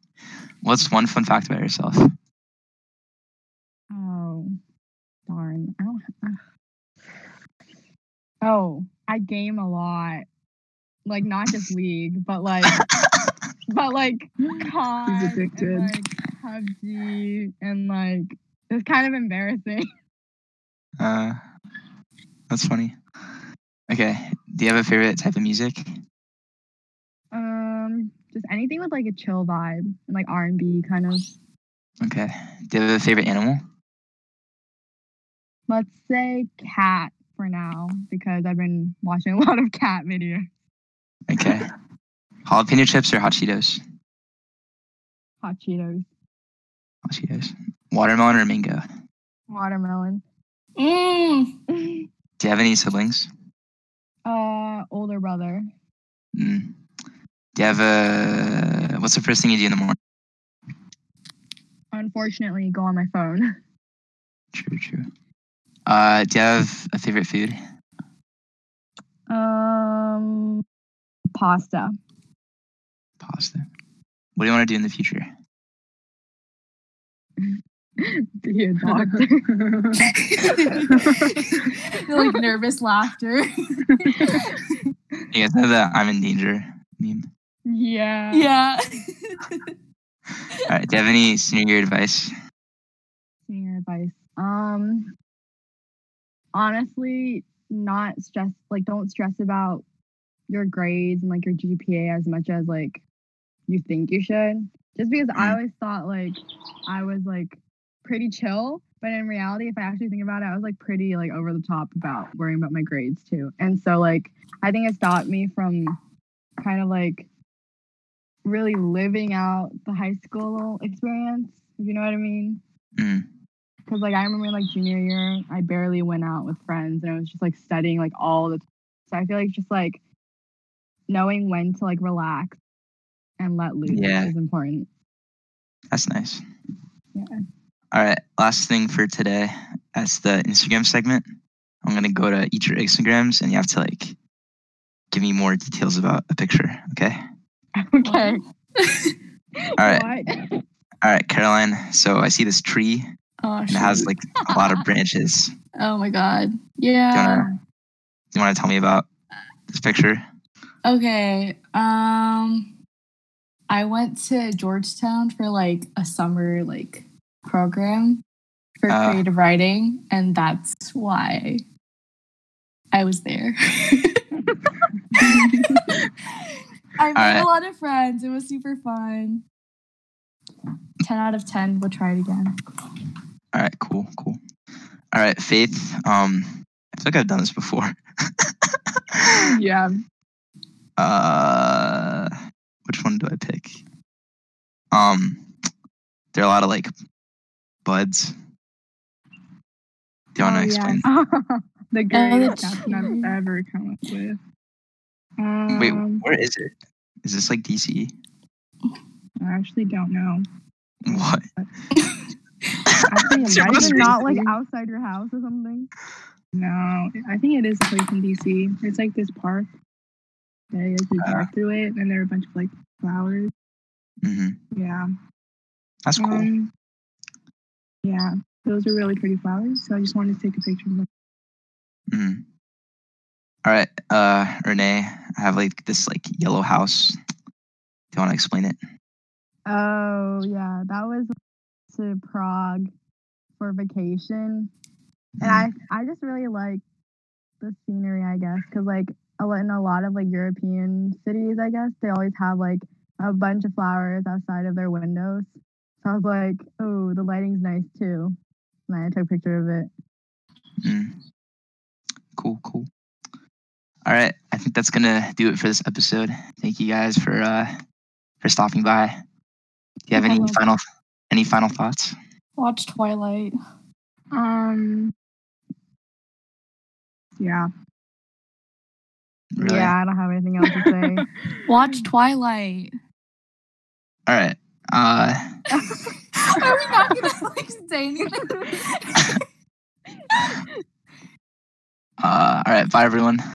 Speaker 1: What's one fun fact about yourself?
Speaker 3: Oh, darn. I don't have. Oh, I game a lot. Like not just league, but like but like COD and,
Speaker 4: addicted.
Speaker 3: like PUBG and like it's kind of embarrassing.
Speaker 1: Uh, that's funny. Okay. Do you have a favorite type of music?
Speaker 3: Um just anything with like a chill vibe and like R and B kind of
Speaker 1: Okay. Do you have a favorite animal?
Speaker 3: let's say cat for now because I've been watching a lot of cat videos.
Speaker 1: Okay. Jalapeno chips or hot Cheetos?
Speaker 3: Hot Cheetos,
Speaker 1: Hot Cheetos. Watermelon or mango?
Speaker 3: watermelon.
Speaker 2: Mm.
Speaker 1: Do you have any siblings?
Speaker 3: uh older brother.
Speaker 1: Mm. Do you have a what's the first thing you do in the morning?
Speaker 3: unfortunately go on my phone.
Speaker 1: True, true. Uh, do you have a favorite food?
Speaker 3: Um, pasta.
Speaker 1: Pasta. What do you want to do in the future?
Speaker 3: Be a doctor.
Speaker 2: like nervous laughter.
Speaker 1: You guys know that I'm in danger meme.
Speaker 3: yeah.
Speaker 2: yeah.
Speaker 1: All right. Do you have any senior year advice?
Speaker 3: Senior advice. Um, honestly, not stress. Like, don't stress about your grades and like your GPA as much as like you think you should. Just because I always thought like I was like pretty chill, but in reality, if I actually think about it, I was like pretty like over the top about worrying about my grades too. And so like I think it stopped me from kind of like really living out the high school experience. if You know what I mean?
Speaker 1: Mm.
Speaker 3: Because like I remember like junior year, I barely went out with friends, and I was just like studying like all the time. So I feel like just like knowing when to like relax and let loose
Speaker 1: Yeah.
Speaker 3: is important.
Speaker 1: That's nice.
Speaker 3: Yeah.
Speaker 1: All right. Last thing for today. That's the Instagram segment. I'm gonna go to each your Instagrams, and you have to like give me more details about a picture. Okay.
Speaker 3: Okay.
Speaker 1: All right. All right, Caroline. So I see this tree
Speaker 2: Oh,
Speaker 1: and it has like a lot of branches. Do
Speaker 2: oh my god.
Speaker 1: you
Speaker 4: Uh.
Speaker 2: Yeah.
Speaker 1: wanna, do you wanna tell me about this picture?
Speaker 2: Okay. Um I went to Georgetown for like a summer like program for
Speaker 1: Ah.
Speaker 2: creative writing and that's why I was there. I made
Speaker 1: Alright.
Speaker 2: a lot of friends. It was super fun. 10 out of 10. We'll try it again.
Speaker 1: All right, cool, cool. All right, Faith. Um, I feel like I've done this before.
Speaker 4: yeah.
Speaker 1: uh, which one do I pick? Um, there are a lot of like buds. Do you want to
Speaker 4: Oh, yeah.
Speaker 1: explain?
Speaker 4: The greatest
Speaker 2: that's
Speaker 4: caption I've
Speaker 2: true.
Speaker 4: ever come up with.
Speaker 1: Wait,
Speaker 4: Um,
Speaker 1: where is it? Is this like DC?
Speaker 4: I actually don't know.
Speaker 1: What?
Speaker 4: Actually, it
Speaker 3: Why
Speaker 4: might
Speaker 3: is
Speaker 4: be
Speaker 3: it not like
Speaker 4: DC.
Speaker 3: outside your house or something?
Speaker 4: Mm-hmm. No, I think it is a place in DC. It's like this park. Yeah, like you
Speaker 1: Uh.
Speaker 4: drive through it, and there are a bunch of like flowers.
Speaker 1: hmm
Speaker 4: Yeah.
Speaker 1: That's cool.
Speaker 2: Mm-hmm.
Speaker 4: Um, yeah, those are really pretty flowers. So I just wanted to take a picture of them.
Speaker 1: Mhm. All right, uh, Renee, I have like this like yellow house. Do you want to explain it?
Speaker 3: Oh yeah, that was to Prague for vacation, and I I just really like the scenery, I guess, because like a lot- in a lot of like European cities, I guess they always have like a bunch of flowers outside of their windows. So I was like, oh, the lighting's nice too, and I took a picture of it.
Speaker 1: Mm. Cool, cool. All right, I think that's gonna do it for this episode. Thank you guys for uh, for stopping by. Do you have
Speaker 2: You're
Speaker 1: any
Speaker 2: welcome.
Speaker 1: final any final thoughts?
Speaker 2: Watch Twilight.
Speaker 4: Um. Yeah.
Speaker 1: Really?
Speaker 3: Yeah, I don't have anything else to say.
Speaker 2: Watch Twilight.
Speaker 1: All right. Uh,
Speaker 2: Are we not gonna like say anything?
Speaker 1: uh, all right. Bye, everyone.